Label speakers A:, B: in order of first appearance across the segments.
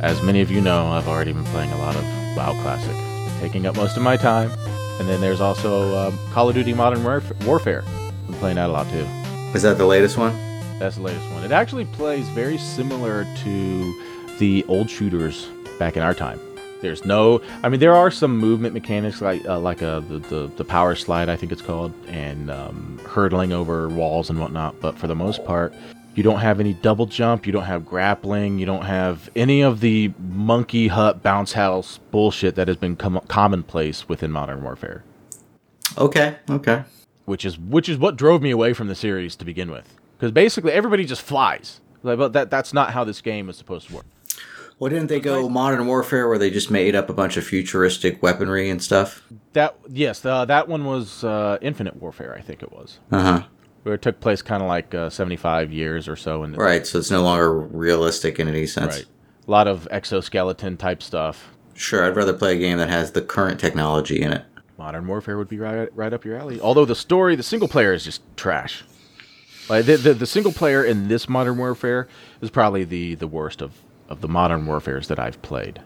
A: As many of you know, I've already been playing a lot of WoW Classic, taking up most of my time. And then there's also um, Call of Duty Modern Warf- Warfare. Been playing that a lot too.
B: Is that the latest one?
A: That's the latest one. It actually plays very similar to the old shooters back in our time. There's no, I mean, there are some movement mechanics like uh, like uh, the, the the power slide, I think it's called, and um, hurdling over walls and whatnot. But for the most part, you don't have any double jump. You don't have grappling. You don't have any of the monkey hut bounce house bullshit that has been com- commonplace within modern warfare,
B: Okay, okay.
A: which is which is what drove me away from the series to begin with. Because basically everybody just flies. Like, but that that's not how this game is supposed to work.
B: Well, didn't they go Modern Warfare where they just made up a bunch of futuristic weaponry and stuff?
A: That yes, uh, that one was uh, Infinite Warfare, I think it was.
B: Uh huh.
A: Where it took place kind of like uh, 75 years or so in the
B: Right, so it's no longer realistic in any sense.
A: right. A lot of exoskeleton type stuff.
B: Sure, I'd rather play a game that has the current technology in it.
A: Modern Warfare would be right right up your alley. Although the story, the single player is just trash. Like the the, the single player in this Modern Warfare is probably the the worst of of the Modern Warfares that I've played.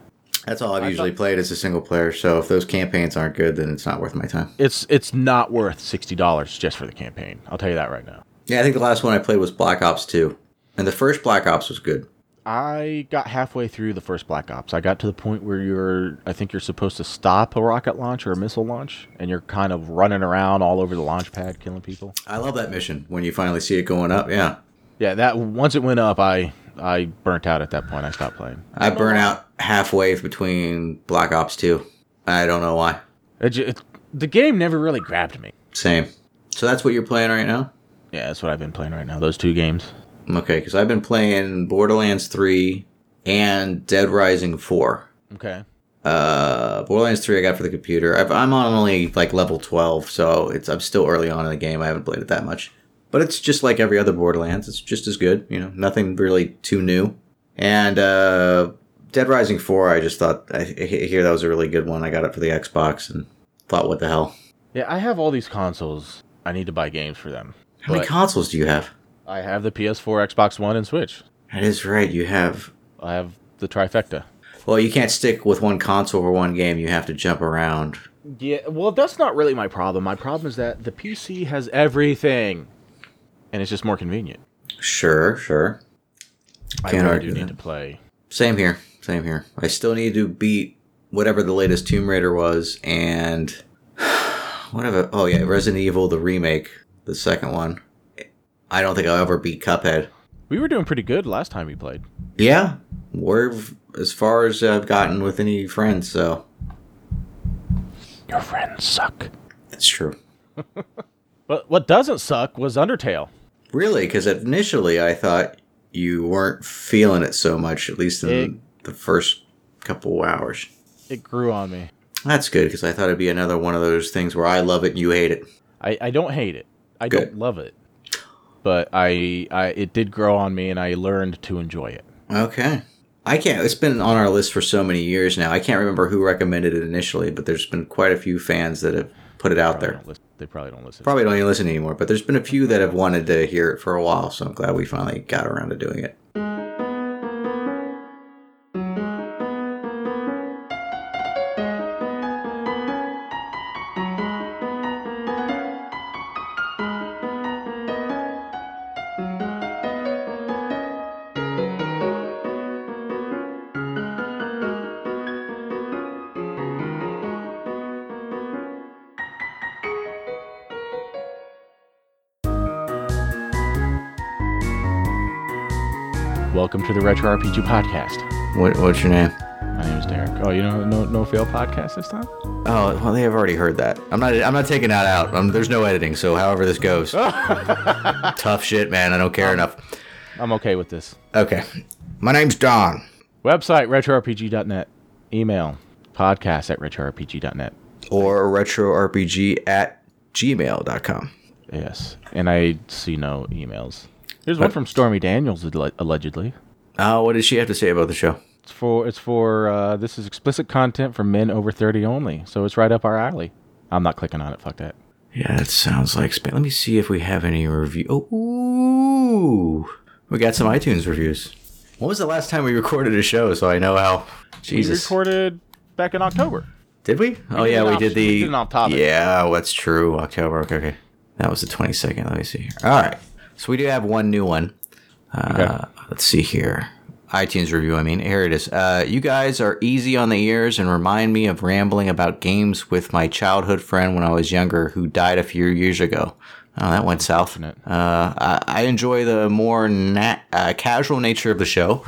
B: That's all I've usually played as a single player, so if those campaigns aren't good, then it's not worth my time.
A: It's it's not worth sixty dollars just for the campaign. I'll tell you that right now.
B: Yeah, I think the last one I played was Black Ops 2. And the first Black Ops was good.
A: I got halfway through the first Black Ops. I got to the point where you're, I think you're supposed to stop a rocket launch or a missile launch, and you're kind of running around all over the launch pad killing people.
B: I love that mission when you finally see it going up. Yeah.
A: Yeah, that once it went up, I I burnt out at that point. I stopped playing.
B: I burn out halfway between Black Ops 2. I don't know why.
A: It, ju- it, the game never really grabbed me.
B: Same. So that's what you're playing right now?
A: Yeah, that's what I've been playing right now. Those two games.
B: Okay, because I've been playing Borderlands 3 and Dead Rising 4.
A: Okay.
B: Uh, Borderlands 3 I got for the computer. I've, I'm on only like level 12, so it's I'm still early on in the game. I haven't played it that much. But it's just like every other Borderlands. It's just as good, you know, nothing really too new. And uh, Dead Rising 4, I just thought, I, I hear that was a really good one. I got it for the Xbox and thought, what the hell?
A: Yeah, I have all these consoles. I need to buy games for them.
B: How many
A: But-
B: consoles do you have?
A: I have the PS4, Xbox One, and Switch.
B: That is right, you have.
A: I have the trifecta.
B: Well, you can't stick with one console or one game. You have to jump around.
A: Yeah, well, that's not really my problem. My problem is that the PC has everything, and it's just more convenient.
B: Sure, sure.
A: I
B: Can't
A: really
B: argue
A: do need
B: that.
A: to play.
B: Same here. Same here. I still need to beat whatever the latest Tomb Raider was and whatever. Oh yeah, Resident Evil the remake, the second one. I don't think I'll ever beat Cuphead.
A: We were doing pretty good last time we played.
B: Yeah, we're as far as I've gotten with any friends. So
A: Your friends suck.
B: that's true.
A: But what doesn't suck was Undertale.
B: Really, because initially I thought you weren't feeling it so much, at least in
A: It-
B: the first couple hours.
A: It grew on me.
B: That's good because I thought it'd be another one of those things where I love it and you hate it.
A: I, I don't hate it. I
B: Good.
A: don't love it. But I, I it did grow on me and I learned to enjoy it.
B: Okay. I can't. It's been on our list for so many years now. I can't remember who recommended it initially, but there's been quite a few fans that have put it out
A: Probably
B: there.
A: don't lis- they probably don't listen.
B: Probably don't even listen anymore, but there's been a few that have wanted to hear it for a while, so I'm glad we finally got around to doing it.
A: Welcome to the Retro RPG podcast.
B: What, what's your name?
A: My name is Derek. Oh, you know no no fail podcast this time?
B: Oh, well, they have already heard that. I'm not. I'm not taking that out. Um, there's no editing, so however this goes, tough shit, man. I don't care enough.
A: I'm okay with this.
B: Okay, my name's Don.
A: Website retrorpg.net. Email podcast at retrorpg.net.
B: or retrorpg at gmail.com.
A: Yes. And I see no emails. There's one from Stormy Daniels alle- allegedly.
B: Oh, what did she have to say about the show?
A: It's for it's for uh, this is explicit content for men over 30 only. So it's right up our alley. I'm not clicking on it. Fuck that.
B: Yeah, that sounds like spam. Let me see if we have any review. Oh, ooh. we got some iTunes reviews. When was the last time we recorded a show? So I know how.
A: We
B: Jesus,
A: recorded back in October.
B: did we? Oh
A: did
B: yeah,
A: an
B: we
A: off-
B: did the.
A: we did an off topic.
B: Yeah, well, that's true. October. Okay, okay. That was the twenty second. Let me see. here. All right. So we do have one new one. Uh, Let's see here. iTunes review. I mean, here it is. Uh, you guys are easy on the ears and remind me of rambling about games with my childhood friend when I was younger, who died a few years ago. Oh, that went south. Uh, I, I enjoy the more na- uh, casual nature of the show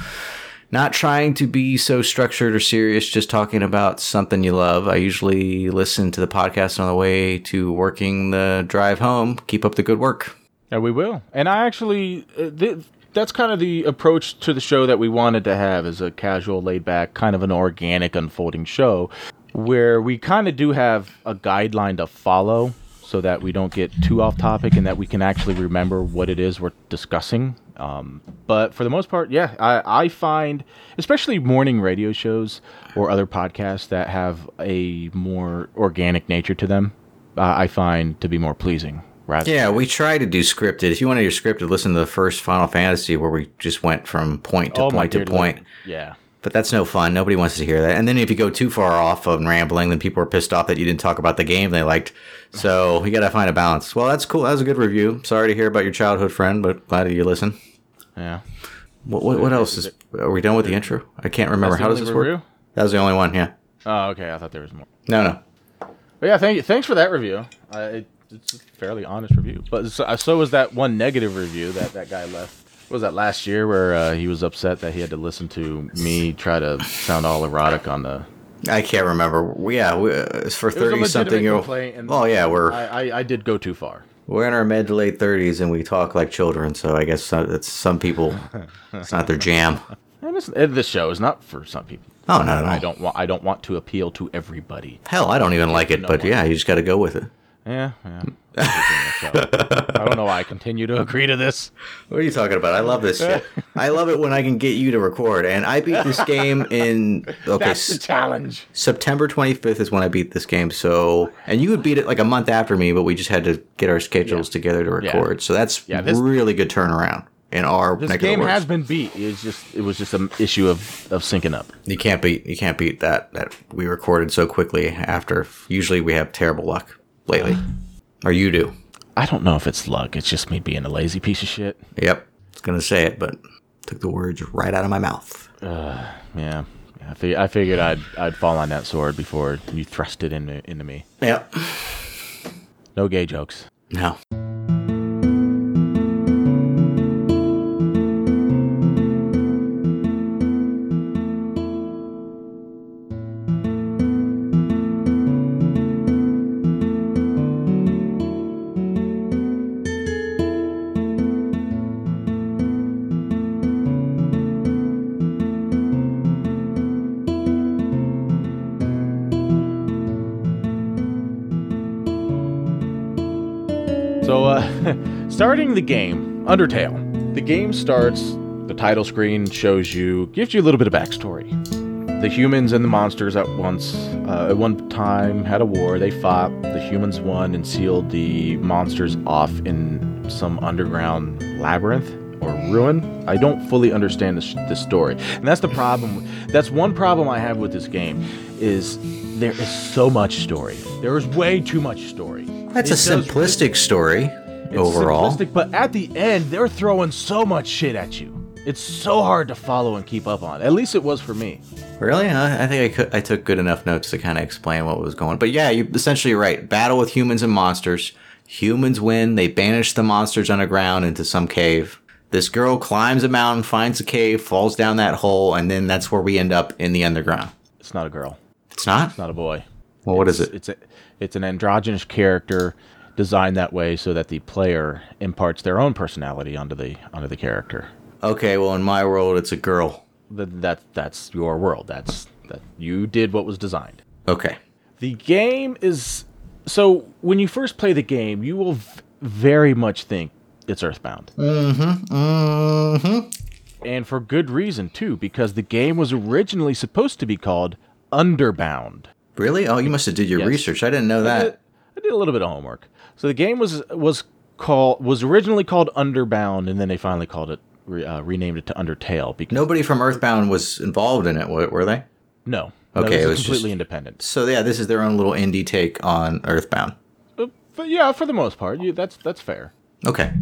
B: not trying to be so structured or serious, just talking about something you love. I usually listen to the podcast on the way to working the drive home. Keep up the good work.
A: Yeah, we will. And I actually, uh, th- that's kind of the approach to the show that we wanted to have is a casual, laid back, kind of an organic, unfolding show where we kind of do have a guideline to follow so that we don't get too off topic and that we can actually remember what it is we're discussing. Um, but for the most part, yeah, I, I find, especially morning radio shows or other podcasts that have a more organic nature to them, uh, I find to be more pleasing. Rather
B: Yeah, we try to do scripted. If you want to hear scripted, listen to the first Final Fantasy where we just went from point to
A: Oh, my
B: point to
A: dear
B: point.
A: Lord. Yeah.
B: But that's no fun. Nobody wants to hear that. And then if you go too far off on rambling, then people are pissed off that you didn't talk about the game they liked. So you got to find a balance. Well, that's cool. That was a good review. Sorry to hear about your childhood friend, but glad that you listen.
A: Yeah.
B: What, what, what else is? Are we done with the intro? I can't remember.
A: That's the
B: How does
A: only
B: this work?
A: review?
B: That was the only one. Yeah.
A: Oh, okay. I thought there was more.
B: No, no.
A: But yeah, thank you. Thanks for that review. Uh, it, it's a fairly honest review. But so, uh, so was that one negative review that that guy left. What was that last year where uh, he was upset that he had to listen to me try to sound all erotic on the?
B: I can't remember. We- Yeah, we, uh, it's for
A: It was a
B: thirty something
A: legitimate
B: year old.
A: complaint, and
B: Oh yeah, we're
A: I, I I did go too far.
B: we're in our mid to late thirties and we talk like children. So I guess some, it's some people. it's not their jam.
A: And it's, and this show is not for some people.
B: Oh no, no, no.
A: I don't want I don't want to appeal to everybody.
B: Hell, I don't even like it. But yeah, you just got to go with it.
A: Yeah, yeah. I don't know why I continue to agree to this.
B: What are you talking about? I love this shit. I love it when I can get you to record. And I beat this game in okay.
A: That's the
B: s-
A: challenge.
B: September 25th is when I beat this game. So, and you would beat it like a month after me, but we just had to get our schedules together to
A: Yeah.
B: record. So that's
A: Yeah, this-
B: really good turnaround in our
A: This
B: neck
A: game
B: of the
A: has
B: woods.
A: been beat. It's just it was just an issue of of syncing up.
B: You can't beat you can't beat that that we recorded so quickly after. Usually we have terrible luck lately, or you do.
A: I don't know if it's luck. It's just me being a lazy piece of shit.
B: Yep, I was gonna say it, but took the words right out of my mouth.
A: Yeah, I, fig- I figured I'd I'd fall on that sword before you thrust it into into me.
B: Yep.
A: No gay jokes.
B: No.
A: So, uh, starting the game, Undertale. The game starts. The title screen shows you, gives you a little bit of backstory. The humans and the monsters at once, uh, at one time, had a war. They fought. The humans won and sealed the monsters off in some underground labyrinth or ruin. I don't fully understand this, this story, and that's the problem. That's one problem I have with this game, is there is so much story. There is way too much story.
B: That's
A: It
B: a
A: does
B: simplistic story
A: it's
B: overall.
A: simplistic, but at the end, they're throwing so much shit at you. It's so hard to follow and keep up on. At least it was for me.
B: Really? I I think I, could, I took good enough notes to kind of explain what was going. But yeah, you essentially right. Battle with humans and monsters. Humans win. They banish the monsters underground into some cave. This girl climbs a mountain, finds a cave, falls down that hole, and then that's where we end up in the underground.
A: It's not a girl,
B: It's not.
A: not a boy.
B: Well, what is it?
A: It's a, it's an androgynous character designed that way so that the player imparts their own personality onto the onto the character.
B: Okay. Well, in my world, it's a girl.
A: That, that that's your world. That's that you did what was designed.
B: Okay.
A: The game is so when you first play the game, you will v- very much think it's Earthbound.
B: Mm-hmm.
A: and for good reason too, because the game was originally supposed to be called Underbound.
B: Really? Oh, you must have did your
A: Yes.
B: research. I didn't know
A: I
B: that.
A: did, I did a little bit of homework. So the game was was called was originally called Underbound, and then they finally called it re, uh, renamed it to Undertale because
B: Nobody from Earthbound was involved in it, were, were they?
A: no,
B: Okay,
A: no,
B: it
A: it
B: was
A: was completely
B: just-
A: independent.
B: So yeah, this is their own little indie take on Earthbound.
A: Uh, but yeah, for the most part, you, that's that's fair.
B: Okay.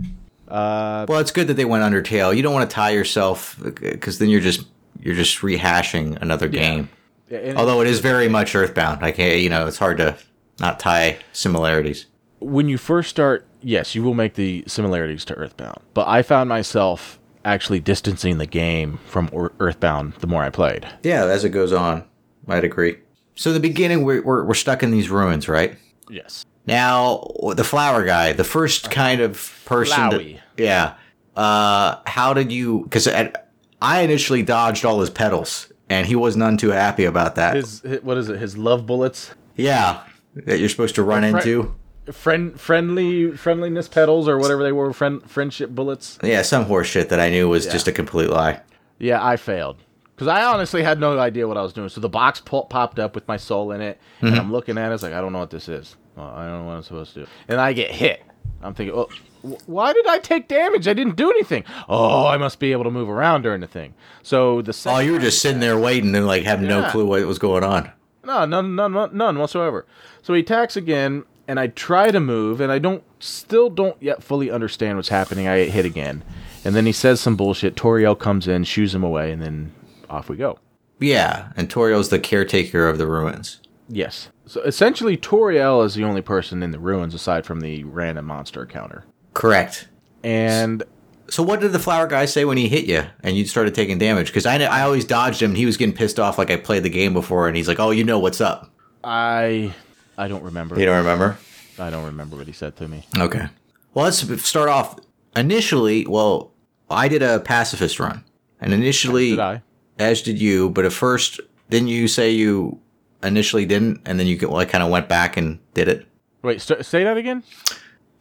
A: Uh,
B: Well, it's good that they went Undertale. You don't want to tie yourself because then you're just you're just rehashing another game.
A: and-
B: Although it is very much Earthbound. Like hey, you know, it's hard to not tie similarities.
A: when you first start, yes, you will make the similarities to Earthbound. But I found myself actually distancing the game from Or- Earthbound the more I played.
B: Yeah, as it goes on, I'd agree. So the beginning, we're we're, we're stuck in these ruins, right?
A: Yes.
B: Now the flower guy, the first kind of person. that-
A: Flowey.
B: yeah. Uh, how did you? Because I initially dodged all his petals, and he was none too happy about that.
A: His, hi- what is it? His love bullets,
B: yeah, that you're supposed to run
A: Right.
B: into.
A: friend friendly friendliness petals or whatever they were, friend friendship bullets.
B: Yeah, some horse shit that I knew was just a complete lie.
A: Yeah, I failed because I honestly had no idea what I was doing. So the box po- popped up with my soul in it, and
B: Mm-hmm.
A: I'm looking at it. It's like I don't know what this is. Well, I don't know what I'm supposed to do, and I get hit. I'm thinking, well, wh- why did I take damage? I didn't do anything. Oh, I must be able to move around during the thing. So the
B: Oh,
A: second,
B: you were just sitting there waiting and like having no
A: Yeah.
B: clue what was going on.
A: no, none, none, none, none whatsoever. So he attacks again, and I try to move, and I don't, still don't yet fully understand what's happening. I get hit again, and then he says some bullshit. Toriel comes in, shoos him away, and then off we go.
B: Yeah, and Torio's the caretaker of the ruins.
A: Yes. So essentially, Toriel is the only person in the ruins aside from the random monster counter.
B: Correct.
A: And
B: So what did the flower guy say when he hit you and you started taking damage? Because I, I always dodged him. and He was getting pissed off like I played the game before, and he's like, "Oh, you know what's up."
A: I, I don't remember.
B: You don't remember?
A: I don't remember what he said to me.
B: Okay. Well, let's start off. Initially, well, I did a pacifist run, and initially,
A: Did I?
B: as did you. But at first, didn't you say you initially didn't, and then you well, kind of went back and did it?
A: Wait, st- say that again.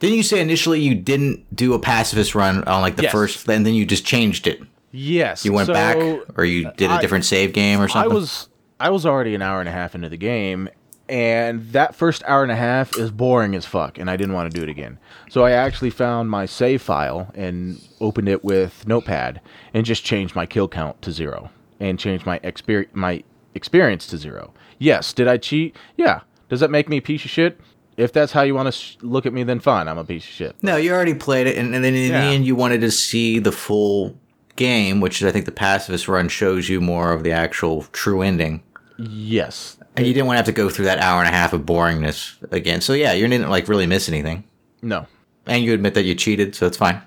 B: Didn't you say initially you didn't do a pacifist run on like the
A: Yes.
B: first, and then you just changed it?
A: Yes.
B: You went
A: so
B: back, or you did a
A: I-
B: different save game or
A: I
B: something?
A: was, I was already an hour and a half into the game, and that first hour and a half is boring as fuck, and I didn't want to do it again. So I actually found my save file and opened it with Notepad and just changed my kill count to zero and changed my exper- my experience to zero. Yes, did I cheat? Yeah. Does that make me a piece of shit? If that's how you want to sh- look at me, then fine. I'm a piece of shit.
B: No, you already played it, and, and then in
A: Yeah.
B: the end, you wanted to see the full game, which is I think the pacifist run shows you more of the actual true ending,
A: Yes.
B: and you didn't want to have to go through that hour and a half of boringness again. So yeah, you didn't like really miss anything,
A: No.
B: and you admit that you cheated, so it's fine.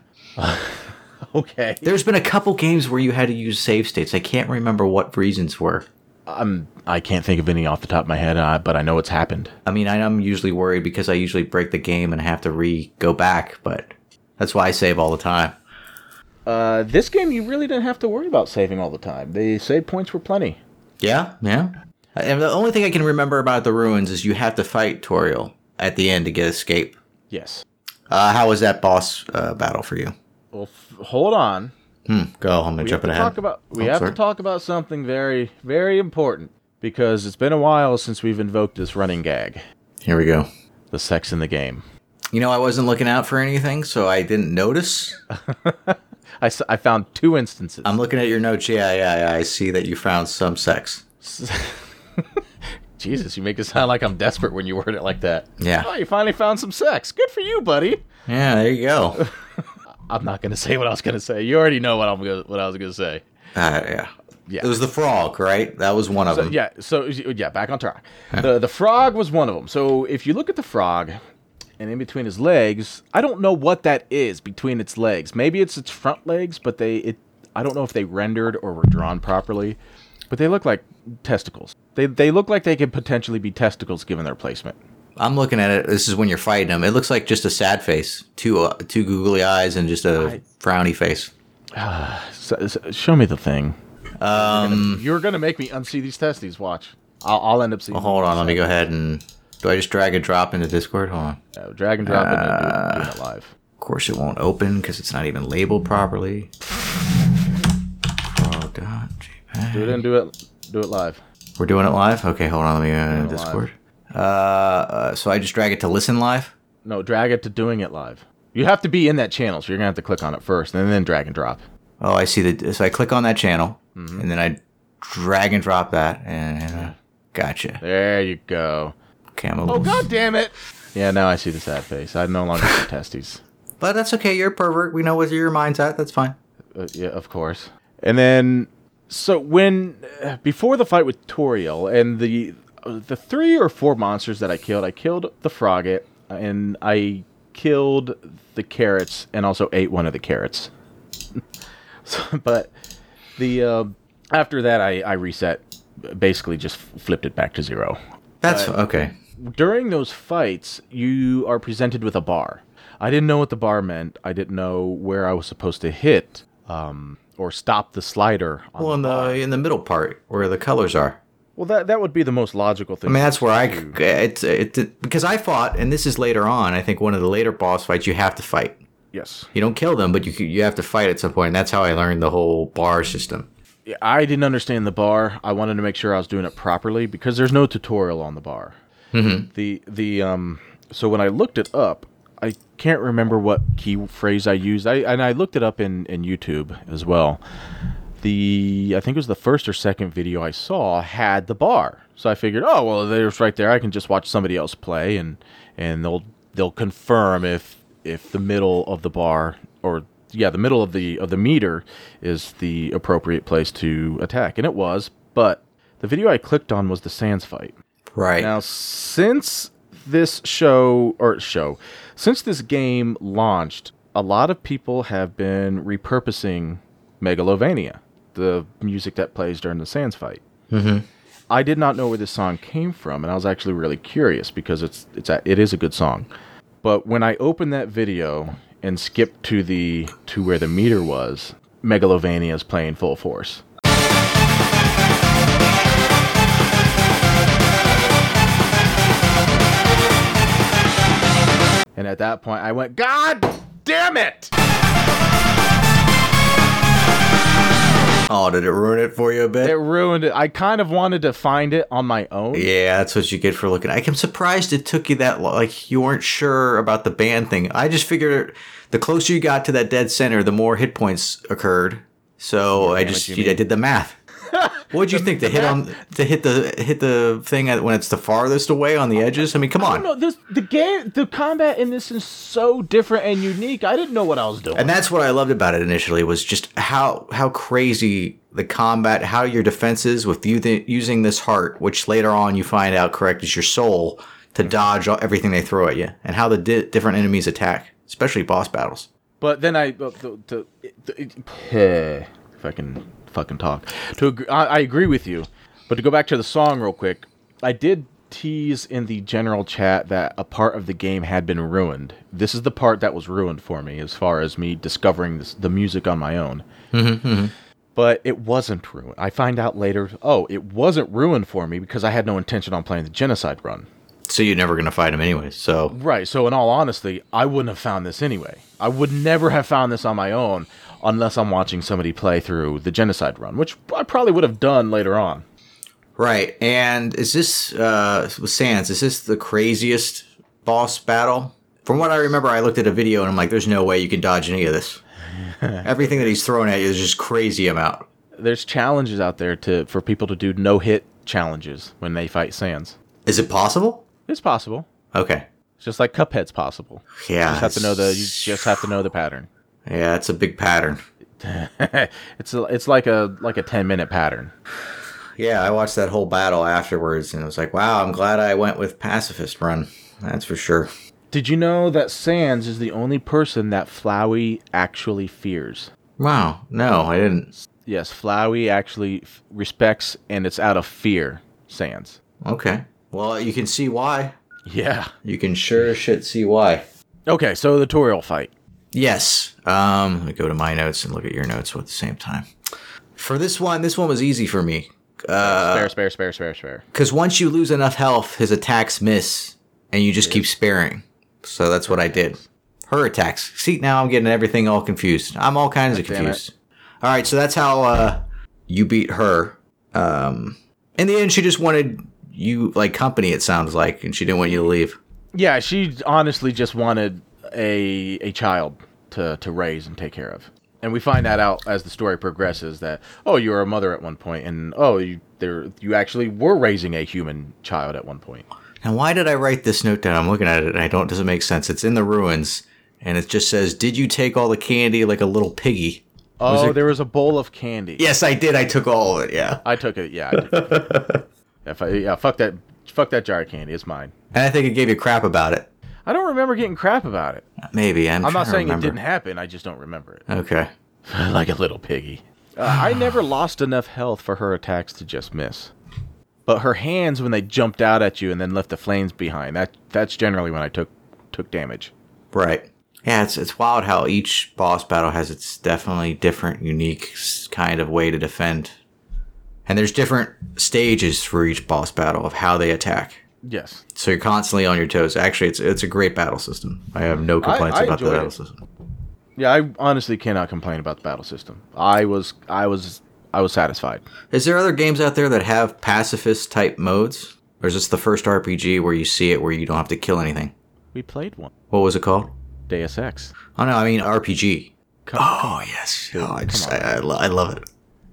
A: Okay.
B: There's been a couple games where you had to use save states. I can't remember what reasons were.
A: I'm. I can't think of any off the top of my head, uh, but I know it's happened.
B: I mean, I am usually worried because I usually break the game and have to re go back, but that's why I save all the time.
A: Uh, this game, you really didn't have to worry about saving all the time. The save points were plenty.
B: Yeah, yeah. And the only thing I can remember about the ruins is you have to fight Toriel at the end to get escape.
A: Yes.
B: Uh, how was that boss uh, battle for you?
A: Well, f- hold on.
B: Hmm. Go. I'm gonna
A: We have
B: jump
A: to
B: it ahead.
A: talk about. We
B: Oh,
A: have
B: sorry.
A: to talk about something very, very important because it's been a while since we've invoked this running gag,
B: Here we go.
A: the sex in the game.
B: You know, I wasn't looking out for anything, so I didn't notice.
A: I, s- I found two instances.
B: I'm looking at your notes. Yeah, yeah, yeah. I see that you found some sex.
A: Jesus, you make it sound like I'm desperate when you word it like that.
B: Yeah.
A: Oh, you finally found some sex. Good for you, buddy.
B: Yeah, there you go.
A: I'm not gonna say what I was gonna say. You already know what I'm gonna, what I was gonna say.
B: Uh, yeah.
A: Yeah.
B: It was the frog, right? That was one of
A: So,
B: them.
A: yeah, so yeah, back on track. The the frog was one of them. So if you look at the frog, and in between his legs, I don't know what that is between its legs. Maybe it's its front legs, but they it I don't know if they rendered or were drawn properly, but they look like testicles. They they look like they could potentially be testicles given their placement.
B: I'm looking at it. This is when you're fighting him. It looks like just a sad face, two uh, two googly eyes, and just a frowny face.
A: So, so- show me the thing. Um, you're gonna make me unsee these testes. Watch, I'll, I'll end up seeing.
B: Hold on, let me go ahead and do I just drag and drop into Discord? Hold on.
A: Uh, drag and drop it and do, doing it live.
B: Of course, it won't open because it's not even labeled properly. Frog.jpg.
A: Do it and do it. Do it live.
B: We're doing it live. Okay, hold on, let me go into
A: it live.
B: Discord. Uh, uh, so I just drag it to listen live.
A: No, drag it to doing it live. You have to be in that channel, so you're gonna have to click on it first and then drag and drop.
B: Oh, I see the. So I click on that channel, and then I drag and drop that, and uh, gotcha.
A: There you go.
B: Okay, I'm a-
A: Oh god damn it! Yeah, now I see the sad face. I no longer see testes.
B: But that's okay. You're a pervert. We know where your mind's at. That's fine.
A: Uh, yeah, of course. And then, so when uh, before the fight with Toriel and the uh, the three or four monsters that I killed, I killed the frogget uh, and I killed the carrots and also ate one of the carrots. so, but the uh, after that, I, I reset, basically just flipped it back to zero
B: That's okay.
A: during those fights, you are presented with a bar. I didn't know what the bar meant. I didn't know where I was supposed to hit um, or stop the slider. On
B: Well, in the in the middle part where the colors are.
A: well, that that would be the most logical thing.
B: I mean, that's where I it's it, it because I fought, and this is later on. I think one of the later boss fights you have to fight.
A: yes,
B: You don't kill them, but you you have to fight at some point. And that's how I learned the whole bar system.
A: Yeah, I didn't understand the bar. I wanted to make sure I was doing it properly because there's no tutorial on the bar. The the um. So when I looked it up, I can't remember what key phrase I used. I and I looked it up in in YouTube as well. The I think it was the first or second video I saw had the bar. So I figured, oh well, there's right there. I can just watch somebody else play and and they'll they'll confirm if if the middle of the bar or yeah, the middle of the of the meter is the appropriate place to attack. And it was, but the video I clicked on was the Sans fight.
B: Right.
A: Now, since this show or show, since this game launched, a lot of people have been repurposing Megalovania, the music that plays during the Sans fight. Mm-hmm. I did not know where this song came from, and I was actually really curious because it's it's a, it is a good song. But when I opened that video and skipped to the to where the meter was, Megalovania is playing full force. And at that point, I went, God damn it!
B: oh, did it ruin it for you a bit?
A: It ruined it. I kind of wanted to find it on my own.
B: Yeah, that's what you get for looking. I'm surprised it took you that long. Like you weren't sure about the band thing. I just figured the closer you got to that dead center, the more hit points occurred. So I just
A: you
B: I did the math. What'd you think to hit on to hit the hit the thing at, when it's the farthest away on the edges? I mean, come
A: I don't
B: on.
A: know. This the game, the combat in this is so different and unique. I didn't know what I was doing.
B: And that's what I loved about it initially was just how how crazy the combat, how your defenses with you th- using this heart, which later on you find out correct is your soul to dodge all, everything they throw at you, and how the di- different enemies attack, especially boss battles.
A: But then I, but the, the, the, it- eh, if I can fucking talk, to agree, I, I agree with you. But to go back to the song real quick, I did tease in the general chat that a part of the game had been ruined. This is the part that was ruined for me, as far as me discovering this, the music on my own. But it wasn't ruined. I find out later. Oh, it wasn't ruined for me because I had no intention on playing the genocide run.
B: So you're never gonna fight them anyways. So
A: Right. So, in all honesty, I wouldn't have found this anyway. I would never have found this on my own unless I'm watching somebody play through the genocide run, which I probably would have done later on.
B: right, and is this uh, with Sans? Is this the craziest boss battle? From what I remember, I looked at a video and I'm like, "There's no way you can dodge any of this. Everything that he's throwing at you is just crazy amount."
A: There's challenges out there to for people to do no hit challenges when they fight Sans.
B: Is it possible?
A: It's possible.
B: Okay.
A: It's just like Cuphead's possible.
B: Yeah.
A: You just have to know the you
B: it's-
A: just have to know the pattern.
B: Yeah, it's a big pattern.
A: it's a, it's like a like a 10 minute pattern.
B: Yeah, I watched that whole battle afterwards and it was like, wow, I'm glad I went with pacifist run. That's for sure.
A: Did you know that Sans is the only person that Flowey actually fears?
B: Wow. No, I didn't.
A: Yes, Flowey actually f- respects, and it's out of fear, Sans.
B: Okay. Well, you can see why.
A: Yeah.
B: You can sure as shit see why.
A: Okay, so the Toriel fight.
B: Yes. Um, let me go to my notes and look at your notes at the same time. For this one, this one was easy for me.
A: spare, spare, spare, spare, spare.
B: Because once you lose enough health, his attacks miss, and you just keep sparing. So that's what I did. Her attacks. See, now I'm getting everything all confused. I'm all kinds of
A: damn it.
B: confused. All right, so that's how uh, you beat her. Um, in the end, she just wanted you like company. It sounds like, and she didn't want you to leave.
A: Yeah, she honestly just wanted a a child to, to raise and take care of. and we find that out as the story progresses that oh you were a mother at one point and oh you there you actually were raising a human child at one point
B: Now, why did I write this note down? I'm looking at it and I don't. Doesn't make sense. It's in the ruins, and it just says, "Did you take all the candy like a little piggy?"
A: oh
B: it-
A: there was a bowl of candy
B: Yes, I did. I took all of it. Yeah,
A: i took it yeah I took it. yeah, fu- yeah fuck that fuck that jar of candy it's mine
B: and I think it gave you crap about it.
A: i don't remember getting crap about it
B: Maybe I'm.
A: i'm
B: trying
A: not
B: to
A: saying it
B: remember.
A: didn't happen i just don't remember it
B: Okay.
A: like a little piggy. Uh, I never lost enough health for her attacks to just miss. But her hands, when they jumped out at you and then left the flames behind, that that's generally when I took took damage.
B: Right. Yeah, it's it's wild how each boss battle has its definitely different, unique s- kind of way to defend, and there's different stages for each boss battle of how they attack.
A: Yes,
B: So you're constantly on your toes. Actually, it's it's a great battle system. I have no complaints
A: I
B: about the
A: enjoyed
B: battle
A: it.
B: system.
A: yeah. I honestly cannot complain about the battle system. I was I was I was satisfied.
B: Is there other games out there that have pacifist type modes, or is this the first RPG where you see it where you don't have to kill anything?
A: We played one
B: What was it called?
A: Deus Ex.
B: Oh no, I mean RPG.
A: Come-
B: oh yes, oh, I just I, I, lo- I love it.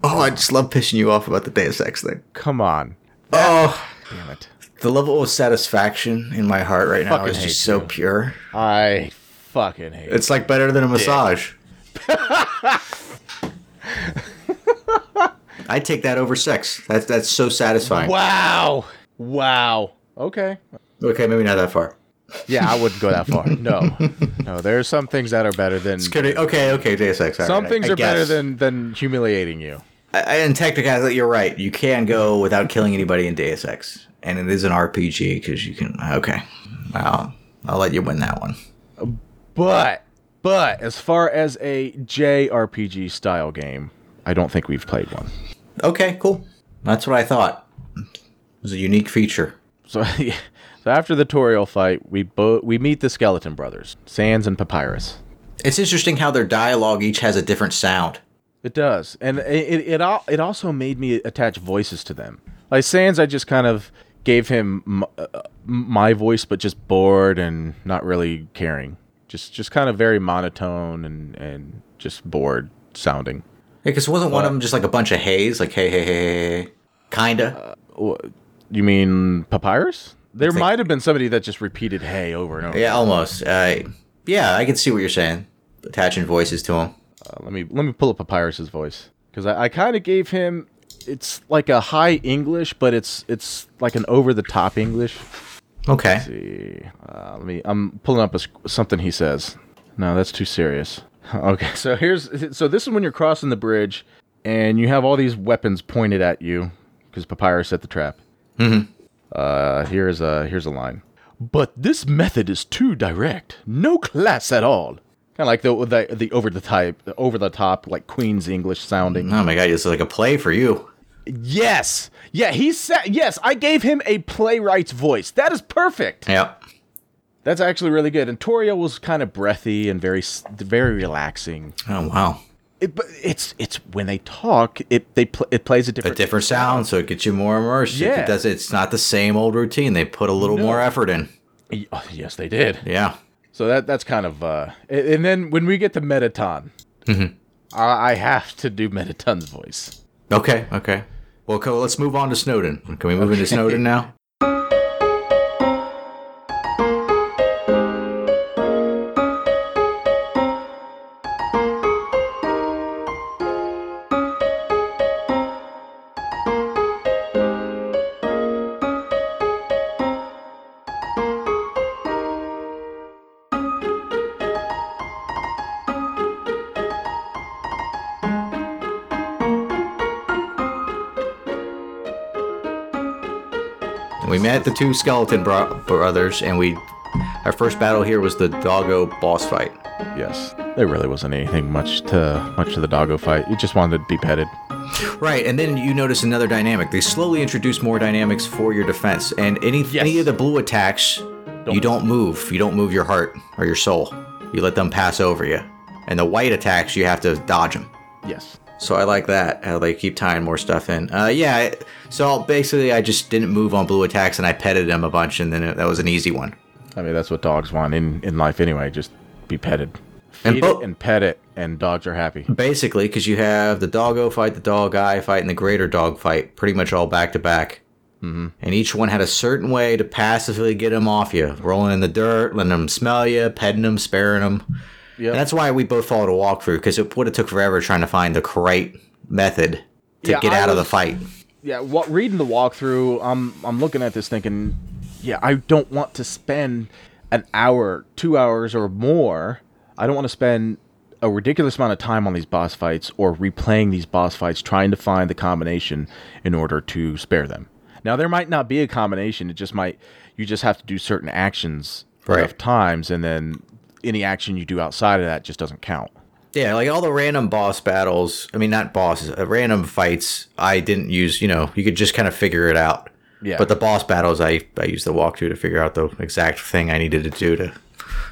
B: Oh, I just love pissing you off about the Deus Ex thing.
A: Come on,
B: Oh,
A: damn it!
B: the level of satisfaction in my heart right now
A: Fucking
B: is
A: hate
B: just so
A: you.
B: pure.
A: I fucking hate. it.
B: It's like better than a massage. I take that over sex. That's that's so satisfying.
A: Wow, wow. Okay.
B: Okay, maybe not that far.
A: Yeah, I wouldn't go that far. No, no. There are some things that are better than
B: It's gonna- Okay, okay, Deus Ex. all
A: Some
B: right,
A: things
B: I
A: are better
B: guess.
A: than than humiliating you.
B: I, I- and technically, you're right. You can go without killing anybody in Deus Ex, and it is an RPG because you can. Okay, I'll I'll let you win that one.
A: But but as far as a JRPG style game, I don't think we've played one.
B: Okay, cool. That's what I thought. It was a unique feature.
A: So yeah. So after the Toriel fight, we bo- we meet the Skeleton Brothers, Sans and Papyrus.
B: It's interesting how their dialogue each has a different sound.
A: It does, and it it it, al- it also made me attach voices to them. Like Sans, I just kind of gave him m- uh, uh, my voice, but just bored and not really caring. Just just kind of very monotone and and just bored sounding.
B: Because wasn't one of them just like a bunch of haze, like hey, hey, hey, hey, hey, kinda?
A: You mean papyrus? There
B: like-
A: might have been somebody that just repeated "hey" over and over.
B: yeah, almost. Uh, yeah, I can see what you're saying. Attaching voices to them.
A: Uh, let me let me pull up papyrus's voice because I, I kind of gave him. It's like a high English, but it's it's like an over the top English.
B: Okay.
A: Let's see, uh, let me. I'm pulling up a, sc- something he says. No, that's too serious. Okay, so here's so this is when you're crossing the bridge, and you have all these weapons pointed at you because Papyrus set the trap. Uh, here's a here's a line. But this method is too direct. No class at all. Kind of like the the, the over the type over the top like Queen's English sounding.
B: Oh my god, it's like a play for you.
A: Yes, yeah, he said yes. I gave him a playwright's voice. That is perfect.
B: Yep.
A: That's actually really good. And Torio was kind of breathy and very, s- very relaxing.
B: Oh wow.
A: It, but it's it's when they talk, it they pl- it plays a
B: A
A: different.
B: different sound, so it gets you more immersed.
A: Yeah.
B: It does. It's not the same old routine. They put a little more effort in.
A: Oh, yes, they did.
B: Yeah.
A: So that that's kind of. Uh, a- and then when we get to Metaton, Mm-hmm. I, I have to do Metaton's voice.
B: Okay. Okay. Well, co- let's move on to Snowden. Can we move into Snowden now? We met the two skeleton bro- brothers, and we our first battle here was the doggo boss fight.
A: Yes, there really wasn't anything much to much to the doggo fight. You just wanted to be petted.
B: Right, and then you notice another dynamic. They slowly introduce more dynamics for your defense, and any any of the blue attacks, you don't move. You don't move your heart or your soul. You let them pass over you. And the white attacks, you have to dodge them.
A: Yes.
B: So I like that how they keep tying more stuff in. Uh, yeah, I- so basically, I just didn't move on blue attacks, and I petted them a bunch, and then it, that was an easy one.
A: I mean, that's what dogs want in, in life anyway. Just be petted. and,
B: And
A: eat
B: bo-
A: it and pet it, and dogs are happy.
B: Basically, because you have the doggo fight, the dog guy fight, and the greater dog fight, pretty much all back to back.
A: Mm-hmm.
B: And each one had a certain way to passively get them off you, rolling in the dirt, letting them smell you, petting them, sparing them.
A: Yeah,
B: And that's why we both followed a walkthrough because it would have took forever trying to find the correct method to
A: Yeah,
B: get
A: I
B: out of the
A: was-
B: fight.
A: yeah. Wa reading the walkthrough, I'm I'm looking at this thinking, yeah, I don't want to spend an hour, two hours, or more. I don't want to spend a ridiculous amount of time on these boss fights or replaying these boss fights, trying to find the combination in order to spare them. Now there might not be a combination; it just might you just have to do certain actions
B: Right.
A: enough times, and then any action you do outside of that just doesn't count.
B: Yeah, like all the random boss battles. I mean, not bosses, uh, random fights. I didn't use. You know, you could just kind of figure it out.
A: Yeah.
B: But the boss battles, I I used the walkthrough to figure out the exact thing I needed to do to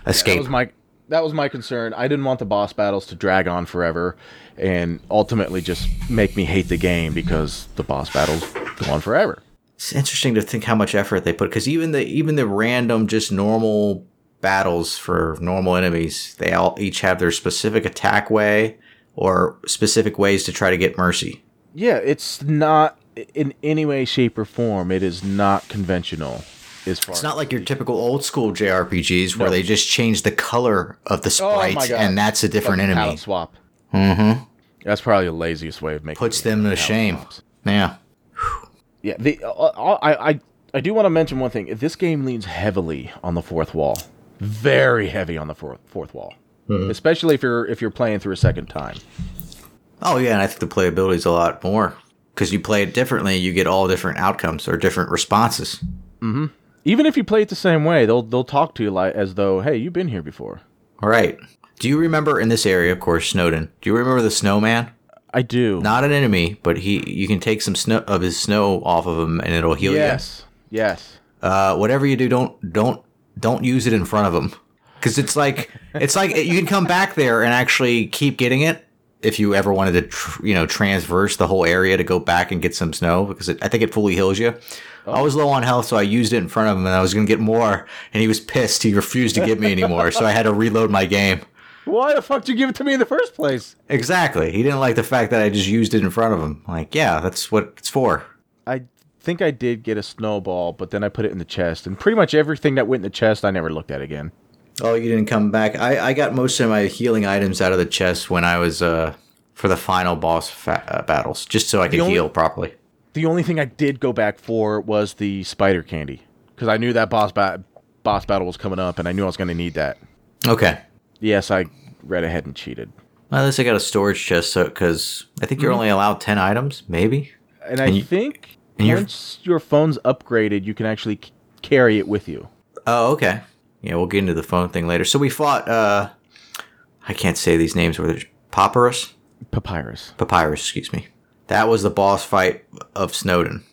A: that
B: escape.
A: was my that was my concern. I didn't want the boss battles to drag on forever and ultimately just make me hate the game because the boss battles go on forever.
B: it's interesting to think how much effort they put because even the even the random just normal battles for normal enemies, they all each have their specific attack way or specific ways to try to get mercy.
A: Yeah, it's not in any way, shape, or form. It is not conventional. As far
B: It's not like your typical old school JRPGs where
A: No.
B: they just change the color of the
A: Oh my
B: sprites
A: God.
B: and that's a different
A: Like
B: enemy.
A: palette swap. Mm-hmm. That's probably the laziest way of making
B: Puts
A: it.
B: them to shame. Yeah.
A: Yeah, the uh, uh, I I I do want to mention one thing. This game leans heavily on the fourth wall, very heavy on the fourth fourth wall,
B: Mm-hmm.
A: especially if you're if you're playing through a second time.
B: Oh yeah, and I think the playability is a lot more because you play it differently, you get all different outcomes or different responses.
A: Even if you play it the same way, they'll they'll talk to you like as though, hey, you've been here before.
B: All right. Do you remember in this area, of course, Snowden? Do you remember the snowman?
A: I do.
B: Not an enemy, but he you can take some snow of his snow off of him and it'll heal
A: yes, yes.
B: you. Uh whatever you do, don't don't don't use it in front of him. Cuz it's like it's like you can come back there and actually keep getting it if you ever wanted to tr- you know transverse the whole area to go back and get some snow because it, I think it fully heals you. I was low on health, so I used it in front of him, and I was going to get more. And he was pissed; he refused to give me anymore, so I had to reload my game.
A: Why the fuck did you give it to me in the first place?
B: Exactly. He didn't like the fact that I just used it in front of him. Like, yeah, that's what it's for.
A: I think I did get a snowball, but then I put it in the chest, and pretty much everything that went in the chest, I never looked at again.
B: Oh, you didn't come back. I, I got most of my healing items out of the chest when I was uh for the final boss fa- uh, battles, just so I could
A: only-
B: heal properly.
A: The only thing I did go back for was the spider candy because I knew that boss ba- boss battle was coming up, and I knew I was going to need that.
B: Okay.
A: Yes, I read ahead and cheated,
B: Well, at least I got a storage chest, so because I think you're
A: Mm-hmm.
B: only allowed ten items, maybe.
A: and I
B: And you-
A: think
B: and you're-
A: once your phone's upgraded, you can actually c- carry it with you.
B: Oh, okay. Yeah, we'll get into the phone thing later. So we fought. uh I can't say these names. Were there Papyrus?
A: Papyrus.
B: Papyrus, excuse me. That was the boss fight of Snowden.